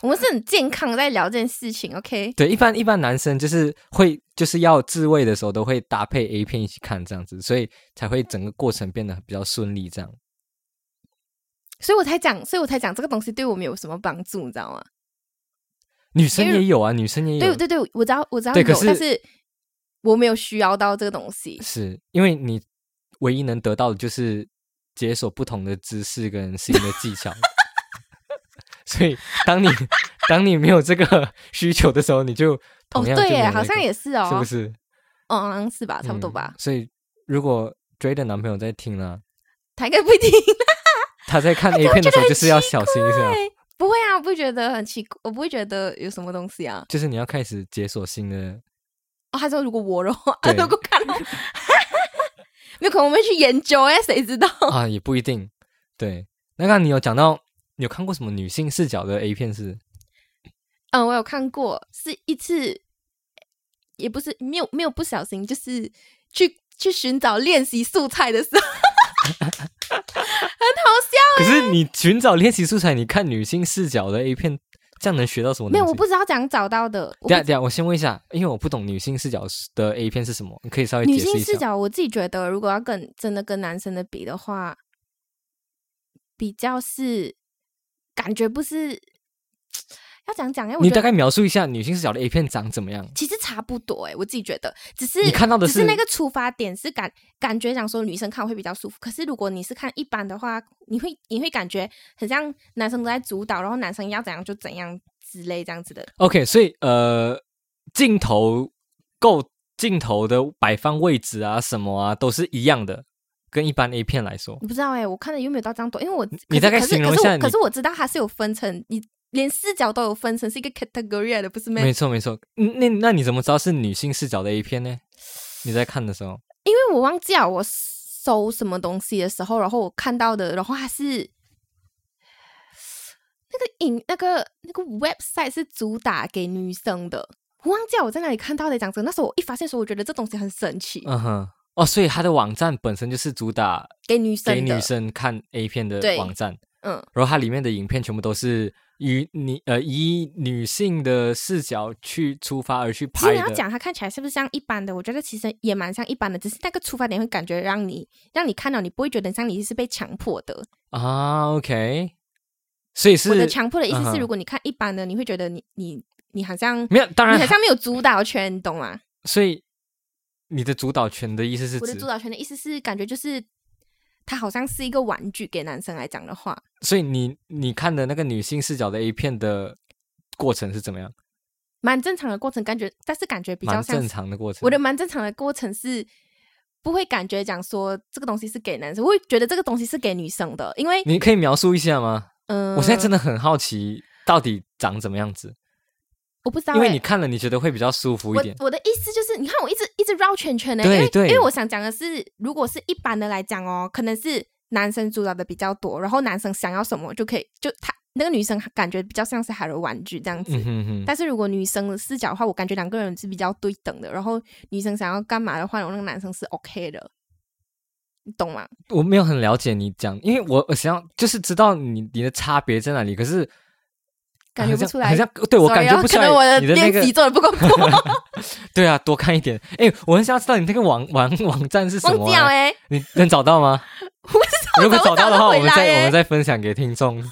Speaker 1: 我们是很健康地在聊这件事情，OK？
Speaker 2: 对，一般一般男生就是会就是要自慰的时候都会搭配 A 片一起看这样子，所以才会整个过程变得比较顺利这样。
Speaker 1: 所以我才讲，所以我才讲这个东西对我们有什么帮助，你知道吗？
Speaker 2: 女生
Speaker 1: 因为
Speaker 2: 也有啊，女生也有，
Speaker 1: 对对对，我知道我知道
Speaker 2: 对
Speaker 1: 有，
Speaker 2: 可是
Speaker 1: 但是我没有需要到这个东西。
Speaker 2: 是因为你唯一能得到的就是解锁不同的知识跟新的技巧， 所以 当你当你没有这个需求的时候，你就
Speaker 1: 哦，
Speaker 2: 同样就
Speaker 1: 对
Speaker 2: 没有
Speaker 1: 耶，
Speaker 2: 那
Speaker 1: 好像
Speaker 2: 个
Speaker 1: 也是哦，
Speaker 2: 是不是
Speaker 1: 嗯，是吧？差不多
Speaker 2: 嗯
Speaker 1: 吧。
Speaker 2: 所以如果 Dray 的男朋友在听呢，
Speaker 1: 他应该不一定，
Speaker 2: 他在看 A 片的时候就是要小心一下，
Speaker 1: 不会啊，我不会觉得很奇怪，我不会觉得有什么东西啊。
Speaker 2: 就是你要开始解锁新的。
Speaker 1: 哦，他说如果我的话， 啊
Speaker 2: 对
Speaker 1: 如果看到，没有可能我们去研究哎，谁知道？
Speaker 2: 啊，也不一定。对，那刚刚你有讲到，你有看过什么女性视角的 A 片是？
Speaker 1: 嗯，我有看过，是一次，也不是没有没有不小心，就是去去寻找练习素材的时候，
Speaker 2: 可是你寻找练习素材，你看女性视角的 A 片，这样能学到什么东西？
Speaker 1: 没有，我不知道怎样找到的。我不
Speaker 2: 等一下等一下，我先问一下，因为我不懂女性视角的 A 片是什么，你可以稍微
Speaker 1: 女
Speaker 2: 解释
Speaker 1: 性
Speaker 2: 一
Speaker 1: 视
Speaker 2: 下。
Speaker 1: 角，我自己觉得，如果要跟真的跟男生的比的话，比较是感觉不是要讲讲哎，我
Speaker 2: 你
Speaker 1: 觉
Speaker 2: 大
Speaker 1: 得
Speaker 2: 概描述一下女性视角的 A 片长怎么样？
Speaker 1: 其实差不多哎，我自己觉得，只是
Speaker 2: 你看到的
Speaker 1: 只
Speaker 2: 是
Speaker 1: 是那个出发点是感感觉讲说女生看会比较舒服，可是如果你是看一般的话，你会你会感觉很像男生都在主导，然后男生要怎样就怎样之类这样子的，
Speaker 2: OK，所以呃，镜头够镜头的摆放位置啊，什么啊，都是一样的，跟一般 A 片来说
Speaker 1: 我不知道哎、我看的有没有到这样多？因为我
Speaker 2: 你
Speaker 1: 可是
Speaker 2: 大概
Speaker 1: 可是
Speaker 2: 形容
Speaker 1: 可
Speaker 2: 一
Speaker 1: 是
Speaker 2: 下
Speaker 1: 我
Speaker 2: 你
Speaker 1: 可是我知道它是有分成，你连视角都有分成，是一个 category 的，不是吗？
Speaker 2: 没错没错。嗯那那你怎么知道是女性视角的 A 片呢？你在看的时候，
Speaker 1: 因为我忘记了我搜什么东西的时候，然后我看到的，然后它是那个影那个那个 website 是主打给女生的。我忘记了我在哪里看到的，讲真的，那时候我一发现的时候，我觉得这东西很神奇，
Speaker 2: 嗯哼，哦，所以它的网站本身就是主打
Speaker 1: 给女生
Speaker 2: 给
Speaker 1: 的。
Speaker 2: 女生看 A 片的
Speaker 1: 对
Speaker 2: 网站，
Speaker 1: 嗯，
Speaker 2: 然后它里面的影片全部都是以女呃以女性的视角去出发而去
Speaker 1: 其实
Speaker 2: 拍
Speaker 1: 你要
Speaker 2: 的，
Speaker 1: 讲它看起来是不是像一般的，我觉得其实也蛮像一般的，只是那个出发点会感觉让你让你看到，你不会觉得像你是被强迫的。
Speaker 2: 啊，OK，所以是
Speaker 1: 我的强迫的意思
Speaker 2: 嗯
Speaker 1: 是，
Speaker 2: 哼
Speaker 1: 如果你看一般的，你会觉得你你你好像
Speaker 2: 没有，当
Speaker 1: 你
Speaker 2: 然
Speaker 1: 好，像没有主导权，你懂吗？
Speaker 2: 所以你的主导权的意思是
Speaker 1: 我的
Speaker 2: 指
Speaker 1: 主，导权的意思是，感觉就是它好像是一个玩具，给男生来讲的话，
Speaker 2: 所以你你看的那个女性视角的 A 片的过程是怎么样？
Speaker 1: 蛮正常的过程，感觉但是感觉比较
Speaker 2: 蛮
Speaker 1: 像
Speaker 2: 正
Speaker 1: 是
Speaker 2: 常的过程。
Speaker 1: 我的蛮正常的过程是。不会感觉讲说这个东西是给男生，我会觉得这个东西是给女生的，因为
Speaker 2: 你可以描述一下吗？
Speaker 1: 嗯，
Speaker 2: 我现在真
Speaker 1: 的
Speaker 2: 的很好奇，到底长怎么样子？
Speaker 1: 我不知道、欸，
Speaker 2: 因为你看了，你觉得会比较舒服一
Speaker 1: 我
Speaker 2: 点。
Speaker 1: 我的意思就是，你看我一直一直绕圈圈呢、欸
Speaker 2: 对
Speaker 1: 因为
Speaker 2: 对
Speaker 1: 因为我想讲的是，如果是一般的来讲哦，可能是男生主导的比较多，然后男生想要什么就可以，就他那个女生感觉比较像是他的玩具这样子。
Speaker 2: 嗯哼哼，
Speaker 1: 但是如果女生的视角的话，我感觉两个人是比较对等的。然后女生想要干嘛的话，那个男生是 OK 的，你懂吗？
Speaker 2: 我没有很了解你讲，因为我我想要就是知道你你的差别在哪里，可是
Speaker 1: 感觉
Speaker 2: 好
Speaker 1: 不
Speaker 2: 像
Speaker 1: 出来
Speaker 2: 好像对我
Speaker 1: Sorry
Speaker 2: 感觉
Speaker 1: 啊
Speaker 2: 不出
Speaker 1: 可
Speaker 2: 来
Speaker 1: 能我的
Speaker 2: 你的那
Speaker 1: 练
Speaker 2: 个
Speaker 1: 习做的不够 多，
Speaker 2: 对啊，多看一点。哎，我很想要知道你那个网网网站是什
Speaker 1: 忘
Speaker 2: 么
Speaker 1: 记了
Speaker 2: 啊、
Speaker 1: 哎、
Speaker 2: 你能找到吗？
Speaker 1: 我不知道
Speaker 2: 如果
Speaker 1: 找不
Speaker 2: 到的
Speaker 1: 找得
Speaker 2: 话，我
Speaker 1: 回
Speaker 2: 们再
Speaker 1: 来
Speaker 2: 我们
Speaker 1: 欸
Speaker 2: 再分享给听众。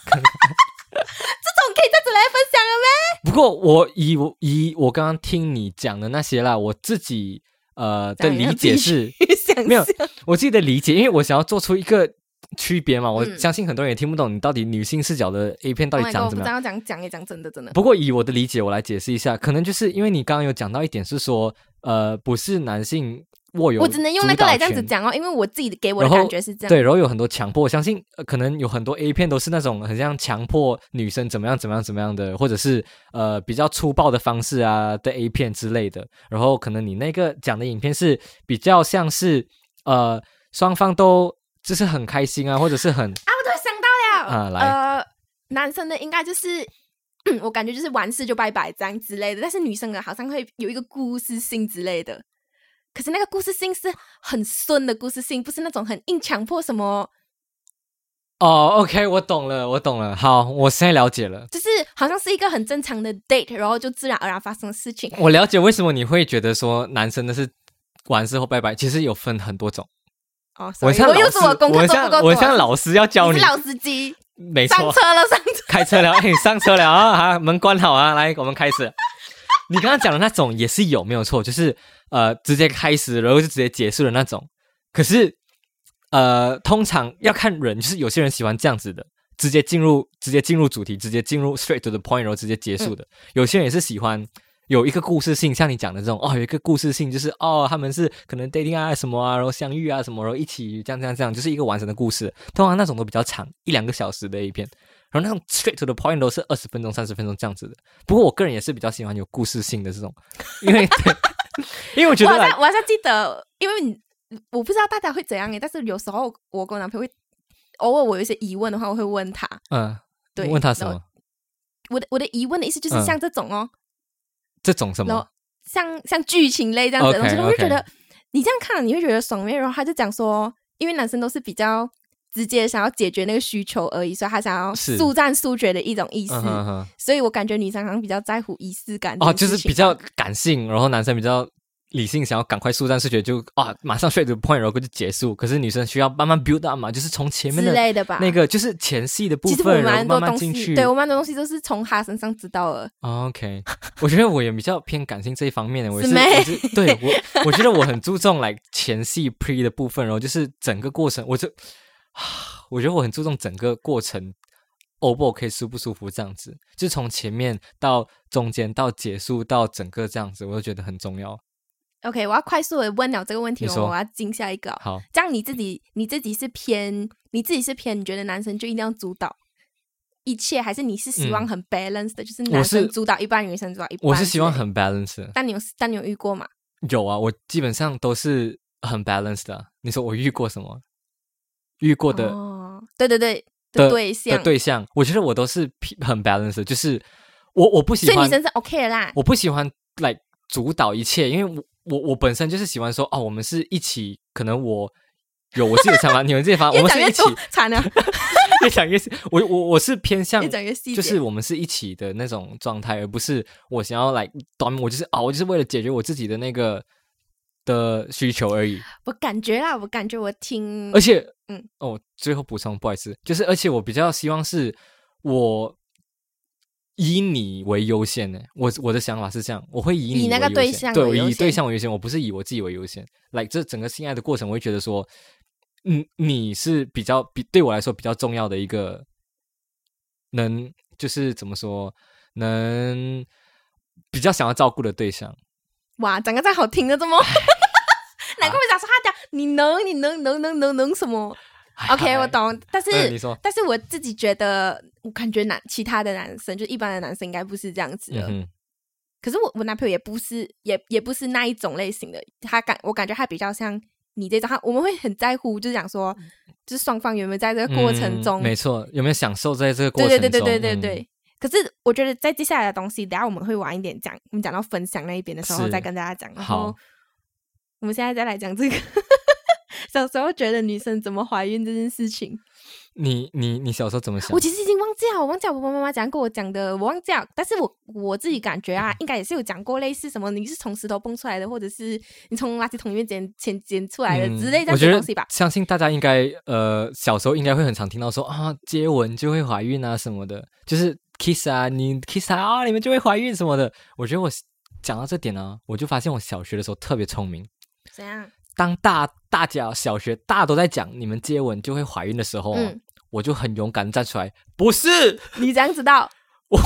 Speaker 1: 这种可以在这里来分享了呗。
Speaker 2: 不过我以我以我刚刚听你讲的那些啦，我自己呃的
Speaker 1: 当然
Speaker 2: 理
Speaker 1: 要
Speaker 2: 解
Speaker 1: 必
Speaker 2: 是，
Speaker 1: 想
Speaker 2: 没有
Speaker 1: 象
Speaker 2: 我自己的理解，因为我想要做出一个区别嘛，我
Speaker 1: 嗯
Speaker 2: 相信很多人也听不懂你到底女性视角的 A 片到
Speaker 1: Oh
Speaker 2: 底
Speaker 1: my god，
Speaker 2: 长
Speaker 1: 我
Speaker 2: 怎
Speaker 1: 不
Speaker 2: 么
Speaker 1: 知
Speaker 2: 样。
Speaker 1: 道讲讲也讲真的真的。
Speaker 2: 不过以我的理解，我来解释一下，可能就是因为你刚刚有讲到一点是说，呃，不是男性握有，
Speaker 1: 我只能用那个来这样子。讲哦，因为我自己给我的
Speaker 2: 然后
Speaker 1: 感觉是这样。
Speaker 2: 对，然后有很多强迫，我相信、呃可能有很多 A 片都是那种很像强迫女生怎么样怎么样怎么样的，或者是呃比较粗暴的方式啊的 A 片之类的。然后可能你那个讲的影片是比较像是呃双方都就是很开心啊，或者是很
Speaker 1: 啊，我突然想到了，
Speaker 2: 啊来
Speaker 1: 呃，男生的应该就是。嗯我感觉就是完事就拜拜这样之类的，但是女生的好像会有一个故事性之类的，可是那个故事性是很顺的故事性，不是那种很硬强迫什么，
Speaker 2: 哦，OK，我懂了，我懂了。好，我现在了解了，
Speaker 1: 就是好像是一个很正 常的 date，然后就自然而然发生的事情。
Speaker 2: 我了解为什么你会觉得说男生的是完事后拜拜，其实有分很多种。
Speaker 1: 哦，
Speaker 2: 我
Speaker 1: sorry，
Speaker 2: 像
Speaker 1: 我
Speaker 2: 老
Speaker 1: 又
Speaker 2: 师
Speaker 1: 是，我功课
Speaker 2: 我
Speaker 1: 做不
Speaker 2: 像
Speaker 1: 够多，
Speaker 2: 我像老师要
Speaker 1: 你
Speaker 2: 教你
Speaker 1: 是，老司机，
Speaker 2: 没
Speaker 1: 上
Speaker 2: 错，
Speaker 1: 车了，上车。
Speaker 2: 开车了，哎，上车了啊，啊门关好啊，来，我们开始。你刚刚讲的那种也是有没有错，就是呃直接开始，然后就直接结束的那种。可是呃，通常要看人，就是有些人喜欢这样子的，直接进入直接进入主题，直接进入 straight to the point，然后直接结束的。有些人也是喜欢有一个故事性，像你讲的这种哦，有一个故事性，就是哦，他们是可能 dating 啊什么啊，然后相遇啊什么，然后一起这样这样这样，就是一个完整的故事。通常那种都比较长，一两个小时的一篇，然后那种 straight to the point 都是二十分钟、三十分钟这样子的。不过我个人也是比较喜欢有故事性的这种，因为 对因为我觉
Speaker 1: 我
Speaker 2: 得
Speaker 1: 好
Speaker 2: 啦
Speaker 1: 像我好像记得，因为你我不知道大家会怎样诶，但是有时候我跟我男朋友会，偶尔我有一些疑问的话，我会问他。
Speaker 2: 嗯，
Speaker 1: 对，
Speaker 2: 问他什
Speaker 1: 然
Speaker 2: 么
Speaker 1: 后？我的我的疑问的意思就是
Speaker 2: 嗯
Speaker 1: 像这种哦，
Speaker 2: 这种什
Speaker 1: 然
Speaker 2: 么
Speaker 1: 后？像像剧情类这样子的东西
Speaker 2: OK，
Speaker 1: 我就觉
Speaker 2: OK
Speaker 1: 得你这样看了你会觉得爽面，然后他就讲说，因为男生都是比较直接想要解决那个需求而已，所以他想要
Speaker 2: 是
Speaker 1: 速战速决的一种意思，
Speaker 2: 嗯哼哼，
Speaker 1: 所以我感觉女生好像比较在乎仪式感这
Speaker 2: 哦，就
Speaker 1: 件
Speaker 2: 是
Speaker 1: 事情
Speaker 2: 比较感性，然后男生比较理性，想要赶快速战速决，就啊马上 straight to the point，然后就结束。可是女生需要慢慢 build up 嘛，就是从前面
Speaker 1: 之
Speaker 2: 的
Speaker 1: 类的吧，
Speaker 2: 那个就是前戏的部
Speaker 1: 其实我
Speaker 2: 分，然后
Speaker 1: 蛮多
Speaker 2: 慢
Speaker 1: 东
Speaker 2: 慢进
Speaker 1: 西，
Speaker 2: 去。
Speaker 1: 对我蛮多东西都是从他身上知道的。
Speaker 2: 哦 OK，我觉得我也比较偏感性这一方面的，我
Speaker 1: 是
Speaker 2: 是
Speaker 1: 咩
Speaker 2: 我是对我，我觉得我很注重来前戏 pre 的部分，然后就是整个过程，我就啊我觉得我很注重整个过程，O 不 OK 舒不舒服这样子，就从前面到中间到结束到整个这样子，我就觉得很重要。
Speaker 1: OK，我要快速的问了这个问题，
Speaker 2: 你说
Speaker 1: 我要进下一个哦。
Speaker 2: 好，
Speaker 1: 这样你自己你自己是偏你自己是偏，你觉得男生就一定要主导一切，还是你是希望
Speaker 2: 嗯
Speaker 1: 很 balance 的，就是
Speaker 2: 我
Speaker 1: 男
Speaker 2: 是
Speaker 1: 生主导一半，女生主导一半之类的？
Speaker 2: 我是希望很 balance 的。
Speaker 1: 但你有但你有遇过吗？
Speaker 2: 有啊，我基本上都是很 balance 的啊。你说我遇过什么？遇过的、
Speaker 1: 哦，对对对
Speaker 2: 的
Speaker 1: 对
Speaker 2: 的
Speaker 1: 象，
Speaker 2: 对象，我觉得我都是偏很 balance 的，就是我我不喜
Speaker 1: 所以
Speaker 2: 欢
Speaker 1: 女生是 OK 的啦。
Speaker 2: 我不喜欢来主导一切，因为我我我本身就是喜欢说哦，我们是一起，可能我有我自己的 想法，你有自己的想法，我
Speaker 1: 越
Speaker 2: 们
Speaker 1: 讲
Speaker 2: 是一
Speaker 1: 越
Speaker 2: 起
Speaker 1: 多，惨了，
Speaker 2: 越讲越是，我我我是偏向
Speaker 1: 越讲越细节。
Speaker 2: 就是我们是一起的那种状态，而不是我想要来短，我就是啊，我就是为了解决我自己的那个的需求而已。
Speaker 1: 我感觉啦，我感觉我听
Speaker 2: 而且，
Speaker 1: 嗯
Speaker 2: 嗯，哦，最后补充，不好意思，就是而且我比较希望是我以你为优先呢。我我的想法是这样，我会以
Speaker 1: 以
Speaker 2: 你
Speaker 1: 那
Speaker 2: 为
Speaker 1: 个
Speaker 2: 优
Speaker 1: 对
Speaker 2: 先
Speaker 1: 象
Speaker 2: 对
Speaker 1: 为
Speaker 2: 我
Speaker 1: 优
Speaker 2: 以对
Speaker 1: 先
Speaker 2: 象为优先，我不是以我自己为优先。like 这整个性爱的过程，我会觉得说，嗯，你是比较比对我来说比较重要的一个，能就是怎么说，能比较想要照顾的对象。
Speaker 1: 哇，讲个再好听的怎么？难怪我想说他讲你能，你能，能，能，能，能什么？OK，我。懂。但是、
Speaker 2: 嗯，你说，
Speaker 1: 但是我自己觉得，我感觉男其他的男生，就一般的男生应该不是这样子
Speaker 2: 嗯
Speaker 1: 的。
Speaker 2: 哼，
Speaker 1: 可是我我男朋友也不是，也也不是那一种类型的。他感我感觉他比较像你这张，他我们会很在乎，就是讲说，就是双方有没有在这个 过程中，
Speaker 2: 嗯没错，有没有享受在这个过
Speaker 1: 对
Speaker 2: 程
Speaker 1: 对
Speaker 2: 中？
Speaker 1: 对对对对
Speaker 2: 嗯
Speaker 1: 对。可是我觉得在接下来的东西，等一下我们会晚一点讲，我们讲到分享那一边的时候
Speaker 2: 是
Speaker 1: 再跟大家讲。然
Speaker 2: 嗯好
Speaker 1: 后我们现在再来讲这个 小时候觉得女生怎么怀孕这件事情。
Speaker 2: 你你你小时候怎么想
Speaker 1: 我？其实已经忘记了，我忘记了我爸爸妈妈讲过我讲的，我忘记了。但是我我自己感觉
Speaker 2: 嗯
Speaker 1: 啊，应该也是有讲过类似什么，你是从石头蹦出来的，或者是你从垃圾桶里面捡捡捡出来的
Speaker 2: 嗯
Speaker 1: 之类这
Speaker 2: 我
Speaker 1: 样子
Speaker 2: 觉
Speaker 1: 的
Speaker 2: 得
Speaker 1: 东西吧。
Speaker 2: 相信大家应该呃，小时候应该会很常听到说啊，接吻就会怀孕啊什么的，就是 kiss 啊，你 kiss 啊啊，你们就会怀孕什么的。我觉得我讲到这点呢、我就发现我小学的时候特别聪明。
Speaker 1: 怎样？
Speaker 2: 当大大家小学大家都在讲你们接吻就会怀孕的时候哦、
Speaker 1: 嗯
Speaker 2: 我就很勇敢地站出来，不是，
Speaker 1: 你怎样知道？
Speaker 2: 我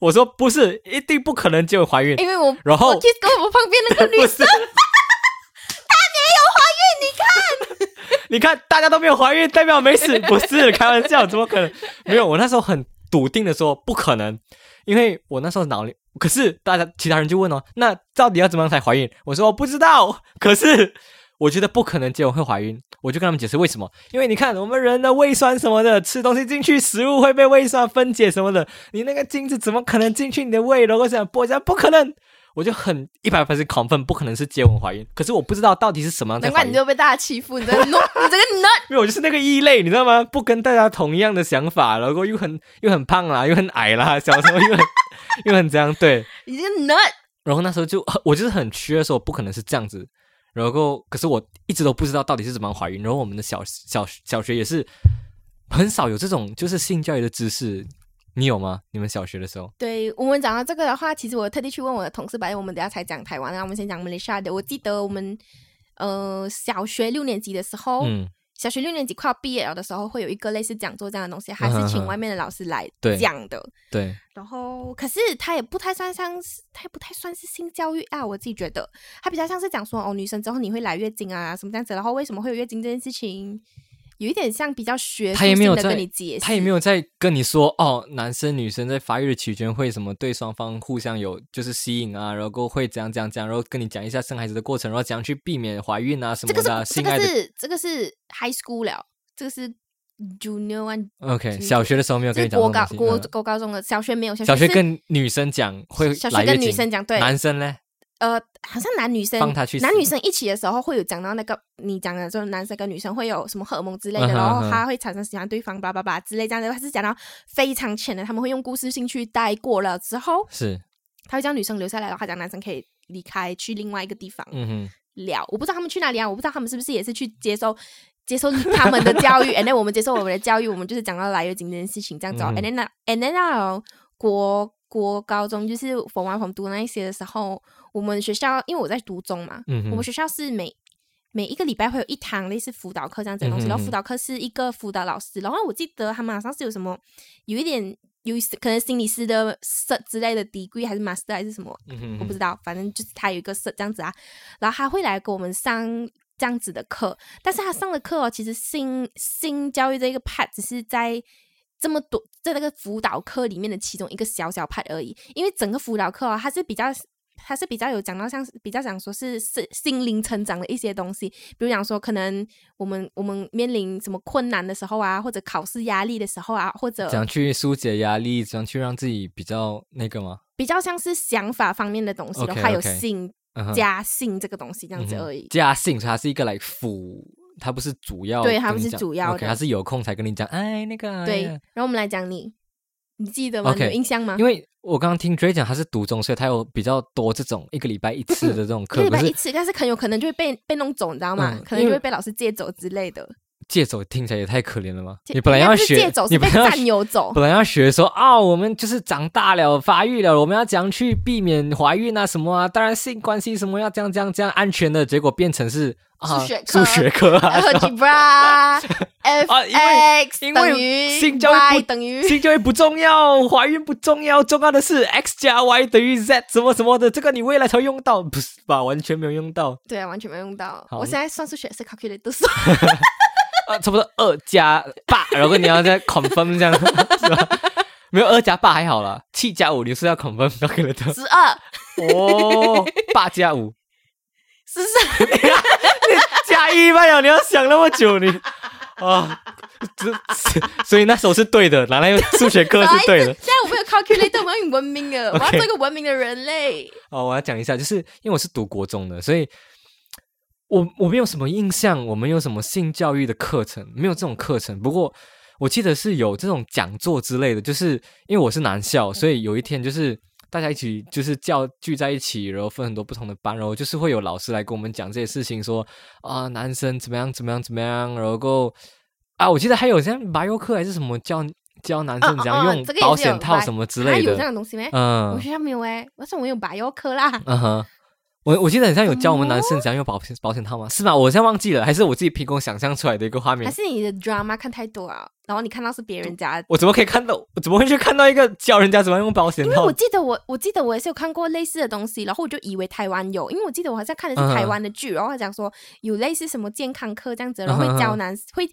Speaker 2: 我说不是，一定不可能接吻怀孕。
Speaker 1: 因为我
Speaker 2: 哎然后
Speaker 1: 我 kiss 跟我旁边 那个女
Speaker 2: 不是，她没有怀孕，你看，你看，大家都没有怀孕，代表没死， 不是开玩笑，怎么可能？没有，我那时候很笃定的说不可能，因为我那时候脑里，可是大家其他人就问哦，那到底要怎么样才怀孕？我说我不知道，可是。我觉得不可能结婚会怀孕，我就跟他们解释为什么，因为你看我们人的胃酸什么的，吃东西进去，食物会被胃酸分解什么的，你那个精子怎么可能进去你的胃？如果想剥下，不可能，我就很一百 percent confirm 不可能是接吻怀孕，可是我不知道到底是什么样在
Speaker 1: 难
Speaker 2: 怀
Speaker 1: 怪
Speaker 2: 孕
Speaker 1: 你，就被大家欺负，你这个 no，你这个 nut。
Speaker 2: 因为我就是那个异类，你知道吗？不跟大家同样的想法，然后又很又很胖啦，又很矮啦，小时候又很 又很这样，对。
Speaker 1: 你这个 nut，
Speaker 2: 然后那时候就我就是很缺的时候，不可能是这样子。然后可是我一直都不知道到底是怎么样怀孕。然后我们的小小小学也是很少有这种就是性教育的知识，你有吗？你们小学的时候？
Speaker 1: 对我们讲到这个的话，其实我特地去问我的同事，本来我们等一下才讲台湾，然啊后我们先讲马来西亚的。我记得我们呃小学六年级的时候，
Speaker 2: 嗯，
Speaker 1: 小学六年级快要毕业了的时候，会有一个类似讲座这样的东西，还
Speaker 2: 嗯
Speaker 1: 是
Speaker 2: 哼
Speaker 1: 请
Speaker 2: 哼
Speaker 1: 外面的老师来
Speaker 2: 对
Speaker 1: 讲的。
Speaker 2: 对，
Speaker 1: 然后，可是他也不太算像是，他也不太算是性教育啊，我自己觉得，他比较像是讲说，哦，女生之后你会来月经啊，什么这样子，然后为什么会有月经这件事情，有一点像比较学术
Speaker 2: 他也没有
Speaker 1: 性的
Speaker 2: 在
Speaker 1: 跟你解释，
Speaker 2: 他也没有在跟你说哦，男生女生在发育的期间会什么对双方互相有就是吸引啊，然后会怎样怎样怎样，然后跟你讲一下生孩子的过程，然后怎样去避免怀孕啊什
Speaker 1: 这
Speaker 2: 么
Speaker 1: 个
Speaker 2: 的啊，
Speaker 1: 是这
Speaker 2: 性爱
Speaker 1: 个
Speaker 2: 的。
Speaker 1: 是这个是 high school 了，这个是 junior one，
Speaker 2: OK，
Speaker 1: 是
Speaker 2: 小学的时候没有
Speaker 1: 这
Speaker 2: 跟
Speaker 1: 是
Speaker 2: 你讲这
Speaker 1: 国高国
Speaker 2: 种东西嗯
Speaker 1: 国高中的，小学没有，小
Speaker 2: 小学
Speaker 1: 学是
Speaker 2: 跟女生讲会
Speaker 1: 小
Speaker 2: 来
Speaker 1: 学
Speaker 2: 月
Speaker 1: 跟女
Speaker 2: 经，
Speaker 1: 生讲对，
Speaker 2: 男生呢？
Speaker 1: 呃，好像男女生
Speaker 2: 放他去死
Speaker 1: 男女生一起的时候会有讲到那个你讲的，就是男生跟女生会有什么荷尔蒙之类的，
Speaker 2: 嗯哼
Speaker 1: 然
Speaker 2: 嗯
Speaker 1: 后
Speaker 2: 哼
Speaker 1: 他会产生喜欢对方，叭叭叭之类这样的，他是讲到非常浅的，他们会用故事性去带过了之后，
Speaker 2: 是，
Speaker 1: 他会叫女生留下来，然后他讲男生可以离开去另外一个地方
Speaker 2: 嗯
Speaker 1: 聊。我不知道他们去哪里啊，我不知道他们是不是也是去接受。接受他们的教育 ，and then 我们接受我们的教育，我们就是讲到来月经这件事情这样子、哦
Speaker 2: 嗯
Speaker 1: a n d then 啊 and then 啊国国高中就是 form one form two 那一些的时候，我们学校因为我在读中嘛，
Speaker 2: 哼，嗯
Speaker 1: 我们
Speaker 2: 哼，
Speaker 1: 学校是每每一个礼拜会有一堂类似辅导课这样子的东西，
Speaker 2: 嗯哼
Speaker 1: 然后
Speaker 2: 哼
Speaker 1: 辅导课是一个辅导老师，然后我记得他们好像是有什么有一点有可能心理师的 cert 之类的 degree 还是 master 还是什么，
Speaker 2: 嗯哼，
Speaker 1: 我不知道，反正就是他有一个 cert 这样子啊，然后他会来给我们上。这样子的课，但是他上的课哦，其实性性教育这个 part 只是在这么多在那个辅导课里面的其中一个小小 part 而已，因为整个辅导课哦，它是比较它是比较有讲到像是比较讲说是是心灵成长的一些东西，比如讲说可能我们我们面临什么困难的时候啊，或者考试压力的时候啊，或者
Speaker 2: 怎样去疏解压力，怎样去让自己比较那个吗？
Speaker 1: 比较像是想法方面的东西的
Speaker 2: OK，
Speaker 1: 话，有
Speaker 2: OK
Speaker 1: 性
Speaker 2: 嗯哼，
Speaker 1: 加性这个东西这样子
Speaker 2: 嗯哼
Speaker 1: 而已。
Speaker 2: 加性，所以它是一个来辅，它不是主要跟
Speaker 1: 对
Speaker 2: 你讲，
Speaker 1: 它不是主要
Speaker 2: o k
Speaker 1: 的
Speaker 2: 它是有空才跟你讲，哎，那个，
Speaker 1: 对，
Speaker 2: 哎呀
Speaker 1: 然后我们来讲你，你记得吗
Speaker 2: OK，
Speaker 1: 你有印象吗？
Speaker 2: 因为我刚刚听 Dray 讲，他是读中，所以他有比较多这种一个礼拜一次的这 种
Speaker 1: 一个
Speaker 2: 课，
Speaker 1: 礼
Speaker 2: 可
Speaker 1: 拜一
Speaker 2: 是
Speaker 1: 次，但是很有可能就会被被弄走，你知道吗？
Speaker 2: 嗯
Speaker 1: 可能就
Speaker 2: 因为
Speaker 1: 会被老师借走之类的。
Speaker 2: 借走听起来也太可怜了吧？
Speaker 1: 借
Speaker 2: 你本来
Speaker 1: 应该
Speaker 2: 要
Speaker 1: 不是
Speaker 2: 学
Speaker 1: 借走，，
Speaker 2: 你
Speaker 1: 是被
Speaker 2: 本来要
Speaker 1: 占有走。
Speaker 2: 本来要学说啊，我们就是长大了，发育了，我们要怎样去避免怀孕啊什么啊？当然性关系什么要这样这样这样安全的，结果变成是啊
Speaker 1: 数学课
Speaker 2: 数学课 啊，
Speaker 1: 然后 Gebra
Speaker 2: 因
Speaker 1: f
Speaker 2: 啊因为
Speaker 1: 等于
Speaker 2: 性教育不
Speaker 1: y 等于
Speaker 2: 性教育不重要，怀孕不重要，重要的是 x 加 y 等于 z 什么什么的，这个你未来才会用到，不是吧？完全没有用到
Speaker 1: 对啊，完全没有用到。
Speaker 2: 好
Speaker 1: 我现在算数学也是 calculator 都是
Speaker 2: 啊，差不多二加八，然后你要再 confirm 这样， 是吧？没有二加八还好啦，七加五你是要 confirm 到给了的
Speaker 1: 十二，
Speaker 2: 哦，八加五。
Speaker 1: 十三，
Speaker 2: 加一半了，你要想那么久你啊，这所以那时候是对的，拿来数学课是对的。
Speaker 1: 现在我们有 calculator，我们要用文明的，我要
Speaker 2: OK
Speaker 1: 做一个文明的人类。
Speaker 2: 哦，我要讲一下，就是因为我是读国中的，所以我我没有什么印象，我们有什么性教育的课程，没有这种课程。不过我记得是有这种讲座之类的，就是因为我是男校，所以有一天就是大家一起就是叫聚在一起，然后分很多不同的班，然后就是会有老师来跟我们讲这些事情，说啊男生怎么样怎么样怎么样，然后够啊我记得还有像白油课还是什么教教男生
Speaker 1: 哦
Speaker 2: 怎
Speaker 1: 哦哦
Speaker 2: 样用
Speaker 1: 这个也
Speaker 2: 保
Speaker 1: 是有
Speaker 2: 险套
Speaker 1: 白
Speaker 2: 什么之
Speaker 1: 还
Speaker 2: 类
Speaker 1: 有这
Speaker 2: 的，
Speaker 1: 样的东西没？我
Speaker 2: 嗯
Speaker 1: 学。校没有哎，我说我有白药课啦。
Speaker 2: 嗯哼，我我记得很像有教我们男生怎样用保险保险套吗？是吗？我现在忘记了，还是我自己凭空想象出来的一个画
Speaker 1: 还
Speaker 2: 面？
Speaker 1: 是你的 drama 看太多啊，然后你看到是别人家的。
Speaker 2: 我怎么可以看到？我怎么会去看到一个教人家怎么样用保险
Speaker 1: 因为
Speaker 2: 套
Speaker 1: 我？记得我，我记得我也是有看过类似的东西，然后我就以为台湾有，因为我记得我好像看的
Speaker 2: 嗯
Speaker 1: 是台湾的剧，然后他讲说有类似什么健康课这样子，然后
Speaker 2: 嗯嗯嗯
Speaker 1: 会教男、会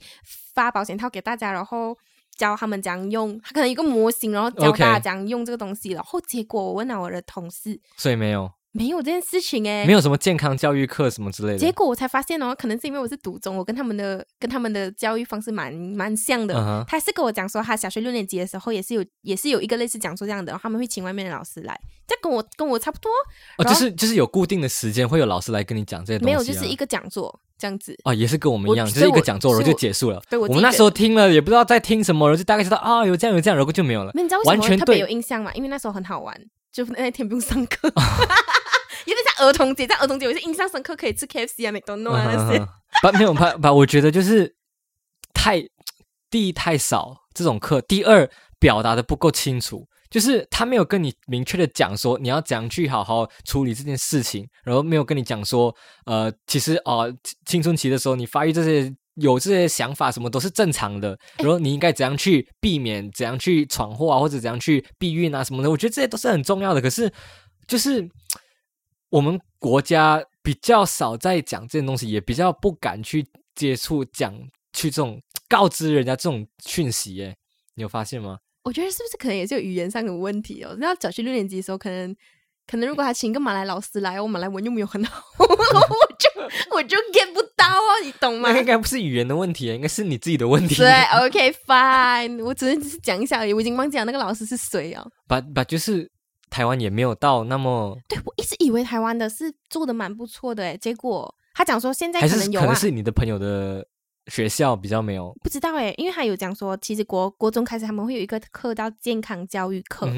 Speaker 1: 发保险套给大家，然后教他们怎样用，他可能有一个模型，然后教
Speaker 2: OK
Speaker 1: 大家怎样用这个东西然后结果我问了我的同事，
Speaker 2: 所以没有，
Speaker 1: 没有这件事情哎、
Speaker 2: 没有什么健康教育课什么之类
Speaker 1: 结
Speaker 2: 的。
Speaker 1: 果我才发现哦，可能是因为我是读中，我跟他们的跟他们的教育方式蛮蛮像的。
Speaker 2: 嗯哼
Speaker 1: 他是跟我讲说，他小学六年级的时候也是有也是有一个类似讲座这样的，然后他们会请外面的老师来，这跟我跟我差不多，
Speaker 2: 哦，
Speaker 1: 然
Speaker 2: 就
Speaker 1: 后
Speaker 2: 是就是有固定的时间会有老师来跟你讲这些东西、
Speaker 1: 没
Speaker 2: 啊。
Speaker 1: 有就是一个讲座这样子。
Speaker 2: 哦，也是跟我们一样，
Speaker 1: 我
Speaker 2: 就是一
Speaker 1: 所以
Speaker 2: 个
Speaker 1: 我
Speaker 2: 讲座然后
Speaker 1: 所以
Speaker 2: 就
Speaker 1: 我
Speaker 2: 结束了。
Speaker 1: 对我
Speaker 2: 我
Speaker 1: 自己
Speaker 2: 们那
Speaker 1: 觉
Speaker 2: 时候
Speaker 1: 得，
Speaker 2: 听了也不知道在听什么，然后就大概知道啊、有这样有这样，然后就没有了。
Speaker 1: 那你知道为
Speaker 2: 完
Speaker 1: 什么
Speaker 2: 全
Speaker 1: 特别
Speaker 2: 对
Speaker 1: 有印象吗？因为那时候很好玩，就那天不用上课， 有点像儿童节，在儿童节我是印象深刻，可以吃 KFC 啊、麦当劳啊
Speaker 2: 嗯
Speaker 1: 那
Speaker 2: 哼
Speaker 1: 些。
Speaker 2: 哼 不，没有不不，我觉得就是太第一太少这种课，第二表达的不够清楚，就是他没有跟你明确的讲说你要怎样去好好处理这件事情，然后没有跟你讲说，呃，其实哦、青青春期的时候你发育这些。有这些想法，什么都是正常的。然后你应该怎样去避免，怎样去闯祸啊，或者怎样去避孕啊什么的，我觉得这些都是很重要的。可是，就是我们国家比较少在讲这些东西，也比较不敢去接触讲去这种告知人家这种讯息。耶，你有发现吗？
Speaker 1: 我觉得是不是可能也是有语言上的问题哦？那小学六年级的时候，可能可能如果他请一个马来老师来，我马来文又没有很好， 我就我就 get 不到哦，你懂吗
Speaker 2: 那？应该不是语言的问题，啊应该是你自己的问题。
Speaker 1: 对，OK fine，我只是只是讲一下而已，我已经忘记了那个老师是谁哦。
Speaker 2: 把把就是台湾也没有到那么，
Speaker 1: 对，我一直以为台湾的是做的蛮不错的诶，欸结果他讲说现在
Speaker 2: 还
Speaker 1: 可
Speaker 2: 是
Speaker 1: 能有
Speaker 2: 可
Speaker 1: 啊
Speaker 2: 能，是你的朋友的学校比较没有。
Speaker 1: 不知道诶，因为他有讲说，其实国国中开始他们会有一个课叫健康教育课，
Speaker 2: 嗯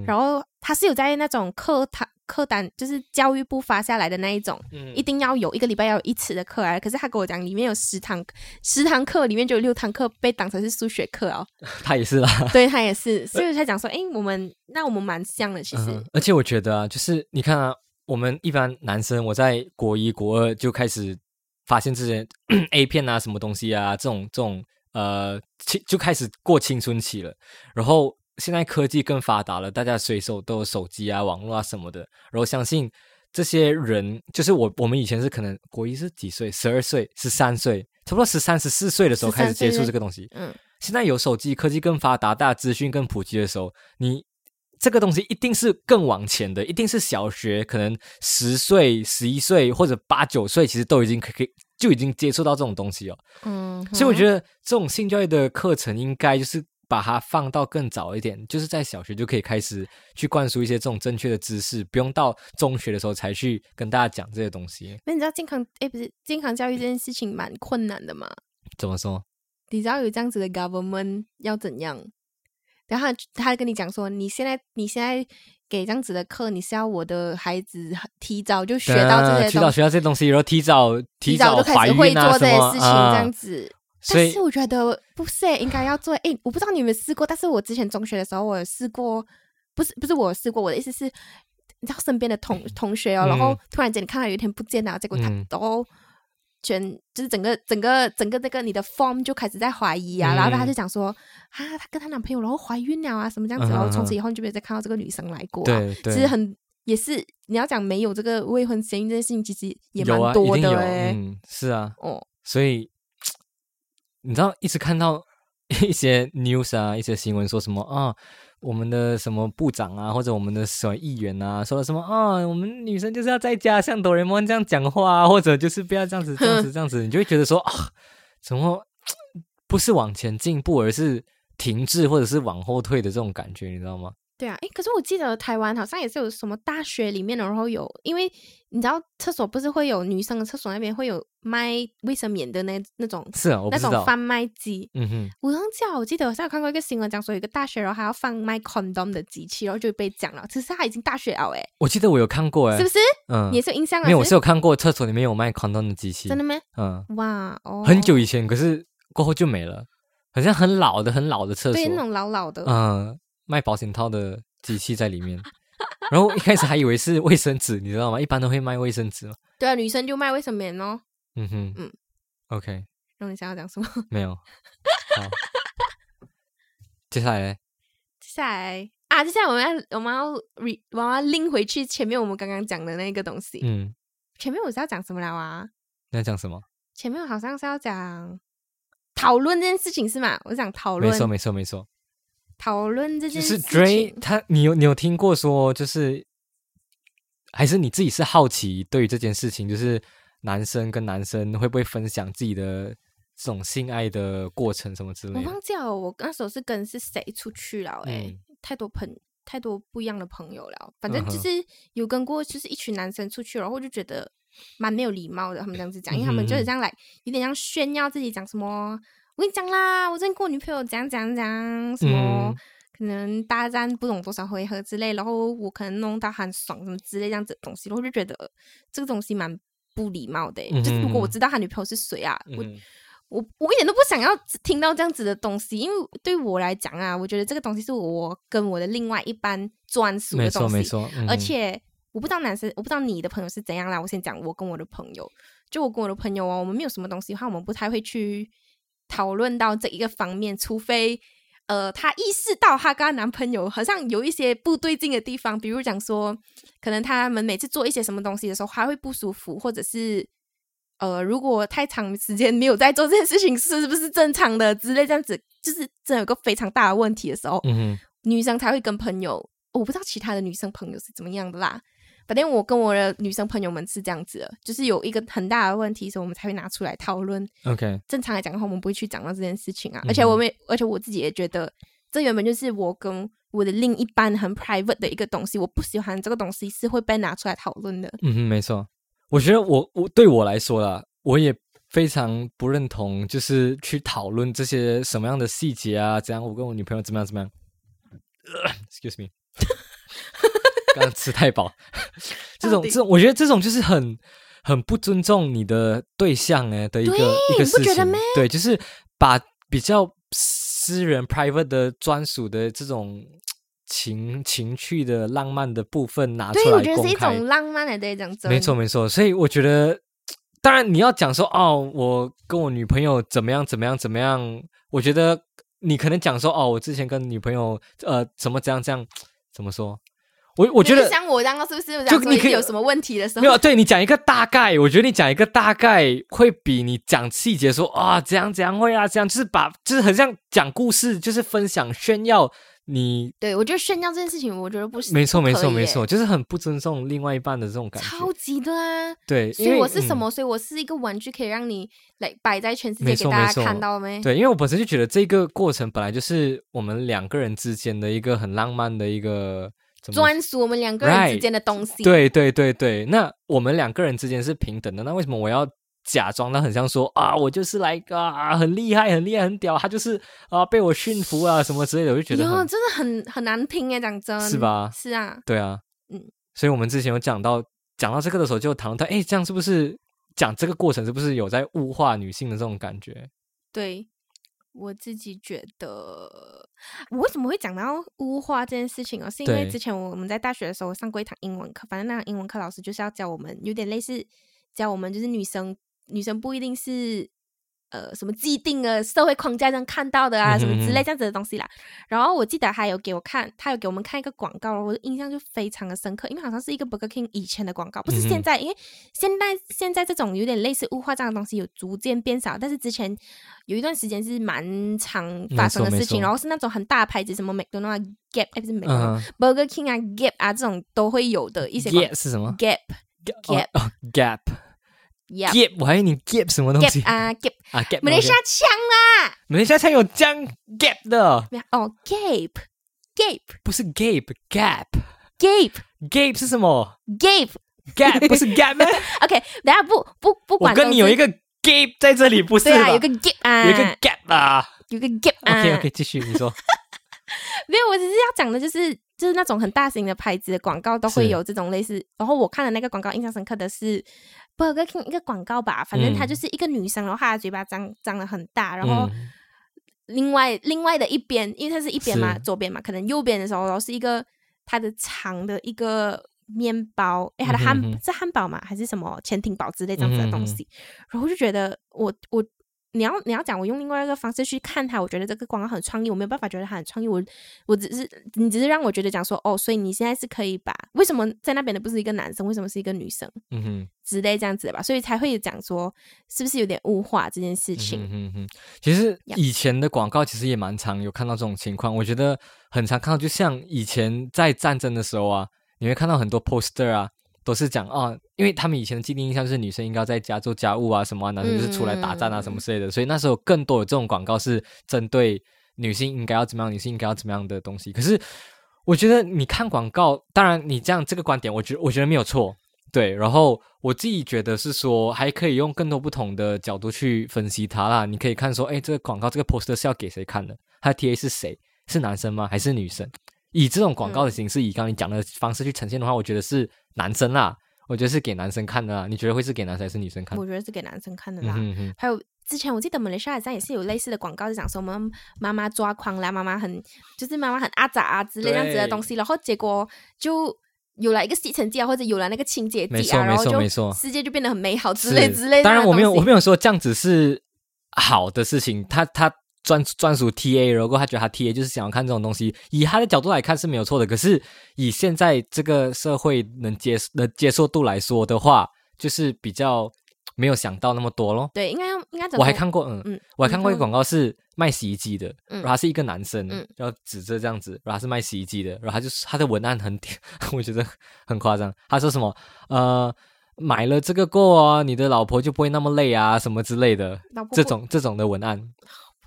Speaker 2: 哼
Speaker 1: 呃然后他是有在那种课堂课单，就是教育部发下来的那一种。
Speaker 2: 嗯
Speaker 1: 一定要有一个礼拜要有一次的课啊。可是他跟我讲，里面有十堂，十堂课里面就有六堂课被当成是数学课 哦。
Speaker 2: 他也是啦。
Speaker 1: 对他也是，所以他讲说，诶，我们那我们蛮像的，其实。
Speaker 2: 嗯，而且我觉得啊，就是你看啊，我们一般男生，我在国一、国二就开始发现这些 A 片啊、什么东西啊，这种这种呃，青就开始过青春期了。然后现在科技更发达了，大家随手都有手机啊、网络啊什么的。然后相信这些人，就是我我们以前是可能国一是几岁，十二岁、十三岁，差不多十三、十四岁的时候开始
Speaker 1: 13岁
Speaker 2: 接触
Speaker 1: 对
Speaker 2: 这个东西。
Speaker 1: 嗯，
Speaker 2: 现在有手机，科技更发达，大家资讯更普及的时候，你这个东西一定是更往前的，一定是小学可能十岁、十一岁或者八九岁，其实都已经可以可以就已经接触到这种东西哦。
Speaker 1: 嗯，
Speaker 2: 所以我觉
Speaker 1: 得，
Speaker 2: 得这种性教育的课程应该就是把它放到更早一点，就是在小学就可以开始去灌输一些这种正确的知识，不用到中学的时候才去跟大家讲这些东西。
Speaker 1: 那你知道健康，诶，不是健康教育这件事情蛮困难的嘛？
Speaker 2: 怎么说？
Speaker 1: 你知道有这样子的 government 要怎样？然后他他跟你讲说，你现在你现在给这样子的课，你是要我的孩子提早就学到这些东
Speaker 2: 提早学啊到这些东西，然后提早
Speaker 1: 提
Speaker 2: 早
Speaker 1: 就
Speaker 2: 怀
Speaker 1: 开始会
Speaker 2: 孕啊
Speaker 1: 做这
Speaker 2: 什
Speaker 1: 些
Speaker 2: 么
Speaker 1: 事情，
Speaker 2: 啊
Speaker 1: 这样子。
Speaker 2: 所
Speaker 1: 但
Speaker 2: 以
Speaker 1: 是我觉得不是欸，应该要做。哎、我不知道你有没有试过，但是我之前中学的时候，我有试过，不是不是我有试过，我的意思是，你知道身边的同同学哦，然后
Speaker 2: 嗯
Speaker 1: 突然间你看他有一天不见了，结果他
Speaker 2: 嗯
Speaker 1: 都全就是整个整个整个这个你的 form 就开始在怀疑啊，然后他
Speaker 2: 嗯
Speaker 1: 就讲说啊，她跟她男朋友然后怀孕了啊，什么这样子，
Speaker 2: 嗯哼
Speaker 1: 然后从
Speaker 2: 嗯
Speaker 1: 此以后你就没有再看到这个女生来过、啊。
Speaker 2: 对对，
Speaker 1: 其实很也是你要讲没有这个未婚先孕这件事情，其实也蛮
Speaker 2: 有啊，
Speaker 1: 多
Speaker 2: 一定
Speaker 1: 的
Speaker 2: 有，
Speaker 1: 哎、
Speaker 2: 嗯，是啊，
Speaker 1: 哦，
Speaker 2: 所以 你知道，一直看到一些 news 啊，一些新闻说什么啊，我们的什么部长啊，或者我们的什么议员啊，说了什么啊、我们女生就是要在家像哆啦 A 梦这样讲话啊，或者就是不要这样子、这样子、这样子，你就会觉得说啊，怎么不是往前进步，而是停滞或者是往后退的这种感觉，你知道吗？
Speaker 1: 对啊，诶，可是我记得台湾好像也是有什么大学里面的，然后有，因为你知道厕所不是会有女生的厕所那边会有卖卫生棉的那那种
Speaker 2: 是啊，我不
Speaker 1: 那
Speaker 2: 知
Speaker 1: 种
Speaker 2: 道。
Speaker 1: 贩卖机，
Speaker 2: 嗯哼，
Speaker 1: 我忘记了，我记得我上次有看过一个新闻，讲说有一个大学，然后还要放卖 condom 的机器，然后就被讲了。其实他已经大学了，哎、
Speaker 2: 我记得我有看过哎、
Speaker 1: 是不是？
Speaker 2: 嗯
Speaker 1: 你也，是有印象啊？
Speaker 2: 没有，我
Speaker 1: 是
Speaker 2: 是有看过厕所里面有卖 condom 的机器，
Speaker 1: 真的吗？
Speaker 2: 嗯，
Speaker 1: 哇哦，
Speaker 2: 很久以前，可是过后就没了，好像很老的、很老的厕所，
Speaker 1: 对那种老老的，
Speaker 2: 嗯，卖保险套的机器在里面。 然后一开始还以为是卫生纸，你知道吗？一般都会卖卫生纸嘛。
Speaker 1: 对啊，女生就卖卫生棉哦。
Speaker 2: 嗯哼，
Speaker 1: 嗯
Speaker 2: OK，
Speaker 1: 然后你想要讲什么？
Speaker 2: 没有。 好，接下来呢
Speaker 1: 接下来啊，接下来我们要我们要 re 我们要拎回去前面我们刚刚讲的那个东西。
Speaker 2: 嗯，
Speaker 1: 前面我是要讲什么了啊？
Speaker 2: 你要讲什么？
Speaker 1: 前面好像是要讲讨论这件事情是吗？我想讨
Speaker 2: 没
Speaker 1: 论
Speaker 2: 错，没错，没错，
Speaker 1: 讨论这
Speaker 2: 就
Speaker 1: 件
Speaker 2: 是
Speaker 1: 事
Speaker 2: Dray，
Speaker 1: 情。
Speaker 2: 他你有你有听过说，就是还是你自己是好奇对于这件事情，就是男生跟男生会不会分享自己的这种性爱的过程什么之
Speaker 1: 我
Speaker 2: 类的？
Speaker 1: 忘记了，我那时候是跟是谁出去了、欸？哎、
Speaker 2: 嗯
Speaker 1: 太多朋太多不一样的朋友了。反正就
Speaker 2: 嗯哼
Speaker 1: 是有跟过，就是一群男生出去，然后我就觉得蛮没有礼貌的。他们这样子讲，
Speaker 2: 嗯
Speaker 1: 因为他们就是这样来，有点像炫耀自己讲什么。我跟你讲啦，我最近跟我女朋友讲讲讲什么。
Speaker 2: 嗯
Speaker 1: 可能大战不懂多少回合之类，然后我可能弄到很爽什么之类这样子的东西，然后我就觉得呃这个东西蛮不礼貌的欸、就是如果我
Speaker 2: 嗯
Speaker 1: 知道他女朋友是谁啊，我
Speaker 2: 嗯
Speaker 1: 我我一点都不想要只听到这样子的东西，因为对我来讲啊，我觉得这个东西是我跟我的另外一班专属
Speaker 2: 没
Speaker 1: 的
Speaker 2: 错，
Speaker 1: 东西，
Speaker 2: 没错，嗯
Speaker 1: 而
Speaker 2: 哼
Speaker 1: 且我不知道男生，我不知道你的朋友是怎样啦。我先讲我跟我的朋友，就我跟我的朋友哦，我们没有什么东西的话，我们不太会去讨论到这一个方面，除非呃，她意识到她跟她男朋友好像有一些不对劲的地方，比如讲说，可能他们每次做一些什么东西的时候，她会不舒服，或者是。呃，如果太长时间没有在做这件事情，是不是正常的之类这样子，就是真的有个非常大的问题的时候，
Speaker 2: 嗯哼。
Speaker 1: 女生才会跟朋友，我不知道其他的女生朋友是怎么样的啦。反正我跟我的女生朋友们是这样子的，就是有一个很大的问题，所以我们才会拿出来讨论。
Speaker 2: OK，
Speaker 1: 正常来讲的话，我们不会去讲到这件事情啊。
Speaker 2: 嗯哼
Speaker 1: 而且我们，而且我自己也觉得，这原本就是我跟我的另一半很 private 的一个东西，我不喜欢这个东西是会被拿出来讨论的。
Speaker 2: 嗯哼，没错。我觉得我我对我来说啦，我也非常不认同，就是去讨论这些什么样的细节啊，怎样我跟我女朋友怎么样怎么样。Excuse me，刚刚吃 太饱。这种
Speaker 1: 到底
Speaker 2: 这种，我觉得这种就是很很不尊重你的对象哎的一个一
Speaker 1: 你不
Speaker 2: 个事
Speaker 1: 觉得
Speaker 2: 情
Speaker 1: 咩，
Speaker 2: 对，就是把比较私人 private 的专属的这种。情情趣的浪漫的部分拿出
Speaker 1: 对，
Speaker 2: 来
Speaker 1: 我
Speaker 2: 公
Speaker 1: 觉
Speaker 2: 开，
Speaker 1: 得是一种浪漫来的一种，
Speaker 2: 没错，没错，所以我觉得，当然你要讲说哦，我跟我女朋友怎么样怎么样怎么样，我觉得你可能讲说哦，我之前跟女朋友呃怎么怎样这样怎么说，我我
Speaker 1: 我
Speaker 2: 觉得
Speaker 1: 像我刚刚是不是
Speaker 2: 就
Speaker 1: 讲说
Speaker 2: 你可以
Speaker 1: 有什么问题的时
Speaker 2: 没
Speaker 1: 候，
Speaker 2: 有，对你讲一个大概，我觉得你讲一个大概会比你讲细节说啊怎样怎样会啊怎样，就是把就是很像讲故事，就是分享炫耀你。
Speaker 1: 对我觉得炫耀这件事情，我觉得不行，
Speaker 2: 没错，
Speaker 1: 不
Speaker 2: 没
Speaker 1: 可
Speaker 2: 错，
Speaker 1: 以
Speaker 2: 没
Speaker 1: 耶
Speaker 2: 错，就是很不尊重另外一半的这种感觉
Speaker 1: 超。级的啊。
Speaker 2: 对，
Speaker 1: 所
Speaker 2: 因
Speaker 1: 以
Speaker 2: 为
Speaker 1: 我是
Speaker 2: 嗯
Speaker 1: 什么？所以我是一个玩具，可以让你来摆在全世
Speaker 2: 没
Speaker 1: 界给
Speaker 2: 错
Speaker 1: 大
Speaker 2: 没错
Speaker 1: 家看到没？
Speaker 2: 对，因为我本身就觉得这个过程本来就是我们两个人之间的一个很浪漫的一个怎么
Speaker 1: 专属我们两个人
Speaker 2: Right，
Speaker 1: 之间的东西。
Speaker 2: 对对对对，那我们两个人之间是平等的，那为什么我要假装的很像说啊，我就是来啊，很厉害，很厉害，很屌，他就是啊被我驯服啊什么之类的，我就觉得
Speaker 1: 哟，
Speaker 2: 很
Speaker 1: 真的很很难听哎，讲真，
Speaker 2: 是？吧？
Speaker 1: 是啊，
Speaker 2: 对啊，
Speaker 1: 嗯，
Speaker 2: 所以我们之前有讲到讲到这个的时候，就谈论到哎，这样是不是讲这个过程是不是有在物化女性的这种感觉？
Speaker 1: 对我自己觉得，我为什么会讲到污化这件事情哦？是因为
Speaker 2: 对
Speaker 1: 之前我们在大学的时候上过一堂英文课，反正那堂英文课老师就是要教我们，有点类似教我们，就是女生女生不一定是呃什么既定的社会框架上看到的啊，什么之类
Speaker 2: 嗯哼
Speaker 1: 这样子的东西啦。然后我记得他有给我看，他有给我们看一个广告，我的印象就非常的深刻，因为好像是一个 Burger King 以前的广告，不是
Speaker 2: 嗯哼
Speaker 1: 现在，因为现在现在这种有点类似物化这样的东西有逐渐变少，但是之前有一段时间是蛮常发生的
Speaker 2: 嗯没错
Speaker 1: 事情，
Speaker 2: 没错
Speaker 1: 然后是那种很大的牌子，什么 McDonald 啊 Gap，哎不是 McDonald、
Speaker 2: 嗯
Speaker 1: Burger King 啊 Gap 啊这种都会有的一些广
Speaker 2: ，gap 是什么
Speaker 1: Gap
Speaker 2: 哦哦 gap
Speaker 1: Yep
Speaker 2: gap，我还以为你 gap 什么东西
Speaker 1: Gap 啊 Gap，
Speaker 2: 啊 gap，
Speaker 1: 马来西亚腔啦，
Speaker 2: 马来西亚才有江 gap 的，
Speaker 1: 没有哦 Gape Gape
Speaker 2: 不是 gap gap
Speaker 1: Gape
Speaker 2: gap 是什么
Speaker 1: Gape。
Speaker 2: gap 不是 gap 吗？
Speaker 1: OK，等下不不不
Speaker 2: 我
Speaker 1: 管，
Speaker 2: 跟你有一
Speaker 1: 个
Speaker 2: 个 gap 在这里，不是
Speaker 1: 对
Speaker 2: 吧？
Speaker 1: 啊，有一个 gap 啊，
Speaker 2: 有一个 gap 啊。
Speaker 1: 有一个 gap 啊。
Speaker 2: OK OK，继续你说。
Speaker 1: 没有，我只是要讲的就是就是那种很大型的牌子的广告都会
Speaker 2: 是
Speaker 1: 有这种类似。然后我看的那个广告，印象深刻的是 Burger King 一个广告吧，反正她
Speaker 2: 嗯
Speaker 1: 就是一个女生，然后她的嘴巴张张的很大，然后
Speaker 2: 嗯
Speaker 1: 另外、另外的一边，因为它是一边嘛，
Speaker 2: 是
Speaker 1: 左边嘛，可能右边的时候，然后是一个它的长的一个面包，诶，它的
Speaker 2: 嗯哼
Speaker 1: 汉、
Speaker 2: 嗯哼
Speaker 1: 是汉堡嘛，还是什么潜艇堡之类这样子的东
Speaker 2: 嗯哼嗯哼
Speaker 1: 西，然后我就觉得我我。你要你要讲，我用另外一个方式去看它，我觉得这个广告很创意，我没有办法觉得它很创意，我我只是你只是让我觉得讲说哦，所以你现在是可以把为什么在那边的不是一个男生，为什么是一个女生
Speaker 2: 嗯哼，
Speaker 1: 之类这样子的吧，所以才会讲说是不是有点物化这件事情？
Speaker 2: 嗯哼嗯哼，其实
Speaker 1: Yup
Speaker 2: 以前的广告其实也蛮常有看到这种情况，我觉得很常看到，就像以前在战争的时候啊，你会看到很多 poster 啊，都是讲哦，因为他们以前的既定印象就是女生应该在家做家务啊什么啊，男生就是出来打仗啊
Speaker 1: 嗯
Speaker 2: 什么之类的，所以那时候更多有这种广告是针对女性应该要怎么样，女性应该要怎么样的东西。可是我觉得你看广告，当然你这样这个观点，我觉我觉得没有错。对，然后我自己觉得是说，还可以用更多不同的角度去分析它啦。你可以看说，哎，这个广告这个 poster 是要给谁看的？它的 TA 是谁？是男生吗？还是女生？以这种广
Speaker 1: 嗯
Speaker 2: 告的形式，以刚刚你讲的方式去呈现的话，我觉得是男生啦，我觉得是给男生看的啦。你觉得会是给男生还是女生看？
Speaker 1: 我觉得是给男生看的
Speaker 2: 嗯
Speaker 1: 啦。
Speaker 2: 哼哼，
Speaker 1: 还有之前我记得马来西亚好像也是有类似的广告，就讲说我们妈妈抓狂啦，妈妈很就是妈妈很阿杂啊之类
Speaker 2: 对
Speaker 1: 这样子的东西，然后结果就。有了一个吸尘器啊，或者有了那个清洁
Speaker 2: 没
Speaker 1: 剂
Speaker 2: 错
Speaker 1: 啊，然后
Speaker 2: 没错
Speaker 1: 就
Speaker 2: 没错
Speaker 1: 世界就变得很美好之
Speaker 2: 是
Speaker 1: 类之类的那种东西。
Speaker 2: 当然，我没有我没有说这样子是好的事情，他他专专属 TA，如果他觉得他 TA 就是想要看这种东西，以他的角度来看是没有错的。可是以现在这个社会能接能接受度来说的话，就是比较没有想到那么多咯。
Speaker 1: 对，应该要应该怎么？
Speaker 2: 我还看过，嗯，
Speaker 1: 嗯
Speaker 2: 我还看过一
Speaker 1: 你看过
Speaker 2: 个广告是卖洗衣机的，
Speaker 1: 嗯
Speaker 2: 然后他是一个男生，
Speaker 1: 嗯
Speaker 2: 然后指着这样子，然后他是卖洗衣机的，然后他就是他的文案很， 我觉得很夸张，他说什么呃。买了这个过啊，你的老婆就不会那么累啊，什么之类的，
Speaker 1: 老婆
Speaker 2: 这
Speaker 1: 不
Speaker 2: 种这种的文案，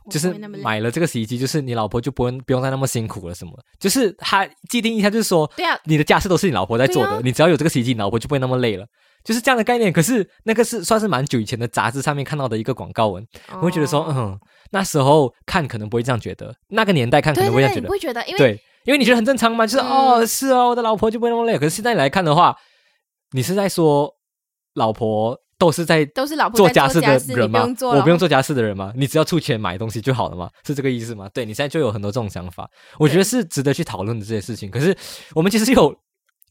Speaker 1: 我不
Speaker 2: 就是
Speaker 1: 会那么累
Speaker 2: 买了这个洗衣机，就是你老婆就不会不用再那么辛苦了，什么，就是他既定印象就是说，
Speaker 1: 对啊，
Speaker 2: 你的家事都是你老婆在做的，
Speaker 1: 对啊
Speaker 2: 你只要有这个洗衣机，你老婆就不会那么累了，就是这样的概念。可是那个是算是蛮久以前的杂志上面看到的一个广告文，我会觉得说，
Speaker 1: 哦
Speaker 2: 嗯，那时候看可能不会这样觉得，那个年代看可
Speaker 1: 对
Speaker 2: 能
Speaker 1: 对
Speaker 2: 不会
Speaker 1: 对，
Speaker 2: 这样觉
Speaker 1: 你
Speaker 2: 得
Speaker 1: 不，会觉得，因为
Speaker 2: 对，因为你觉得很正常嘛，就是、
Speaker 1: 嗯
Speaker 2: 哦，是哦，我的老婆就不会那么累。可是现在你来看的话，你是在说老婆都是在
Speaker 1: 都是老婆
Speaker 2: 做
Speaker 1: 在家
Speaker 2: 事的
Speaker 1: 事
Speaker 2: 人
Speaker 1: 你不
Speaker 2: 吗
Speaker 1: 用？做
Speaker 2: 我
Speaker 1: 了，
Speaker 2: 不用做家事的人吗？你只要出钱买东西就好了嘛，是这个意思吗？对你现在就有很多这种想法，我觉得是值得去讨论的这些事情。可是我们其实有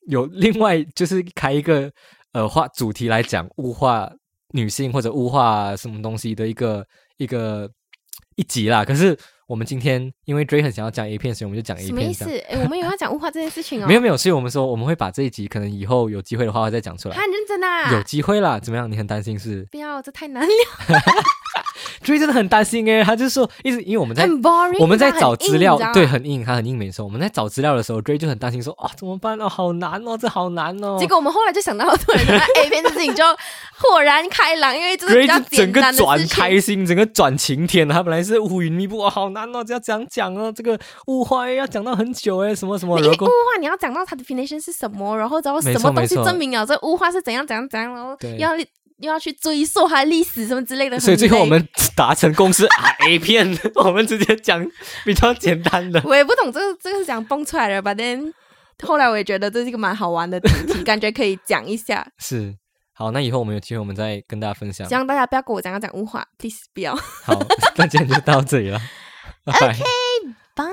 Speaker 2: 有另外就是开一个呃话主题来讲物化女性或者物化什么东西的一个一个一集啦。可是我们今天因为 Dray 很想要讲 A 片，所以我们就讲 A
Speaker 1: 什么意
Speaker 2: 片这
Speaker 1: 思
Speaker 2: 样。？
Speaker 1: 哎，我们有要讲物化这件事情哦，
Speaker 2: 没有没有，所以我们说我们会把这一集可能以后有机会的话再讲出来
Speaker 1: 他。很认真啊，
Speaker 2: 有机会啦，怎么样？你很担心是？
Speaker 1: 不要，这太难了，
Speaker 2: Dray 真的很担心诶、他就说一直因为我们在
Speaker 1: 很 boring，
Speaker 2: 我们在
Speaker 1: 你知道
Speaker 2: 找
Speaker 1: 很硬
Speaker 2: 资料
Speaker 1: 你知道，吗
Speaker 2: 对，很硬，他很硬没错。我们在找资料的时候，Dray 就很担心说啊，怎么办哦，好难哦，这好难哦。
Speaker 1: 结果我们后来就想到，突然想到 A 片的事情就豁然开朗，因为这是
Speaker 2: Dray
Speaker 1: 比较
Speaker 2: 就整
Speaker 1: 简
Speaker 2: 个
Speaker 1: 单的
Speaker 2: 转
Speaker 1: 事情。
Speaker 2: 开心，整个转晴天了。他本来是乌云密布，哦，好难哦，这要讲讲哦，这个物化诶要讲到很久欸诶，什么 什么。
Speaker 1: 因为
Speaker 2: 然
Speaker 1: 物
Speaker 2: 后
Speaker 1: 化，你要讲到它的 definition 是什么，然后然后
Speaker 2: 没
Speaker 1: 什
Speaker 2: 错
Speaker 1: 么东西
Speaker 2: 没错
Speaker 1: 证明了这物化是怎样怎样怎样，然后
Speaker 2: 对
Speaker 1: 要又要去追溯它的历史什么之类的。
Speaker 2: 所以
Speaker 1: 很
Speaker 2: 最后
Speaker 1: 累
Speaker 2: 我们达成共识啊，A 片，我们直接讲比较简单 的。
Speaker 1: 我也不懂这个这个是讲蹦出来的吧？但后来我也觉得这是一个蛮好玩的主题，感觉可以讲一 下。
Speaker 2: 是，好，那以后我们有机会我们再跟大家分享
Speaker 1: 希。望大家不要跟我讲要讲物化，please 不要。
Speaker 2: 好，那今天就到这里了，拜拜。
Speaker 1: 拜。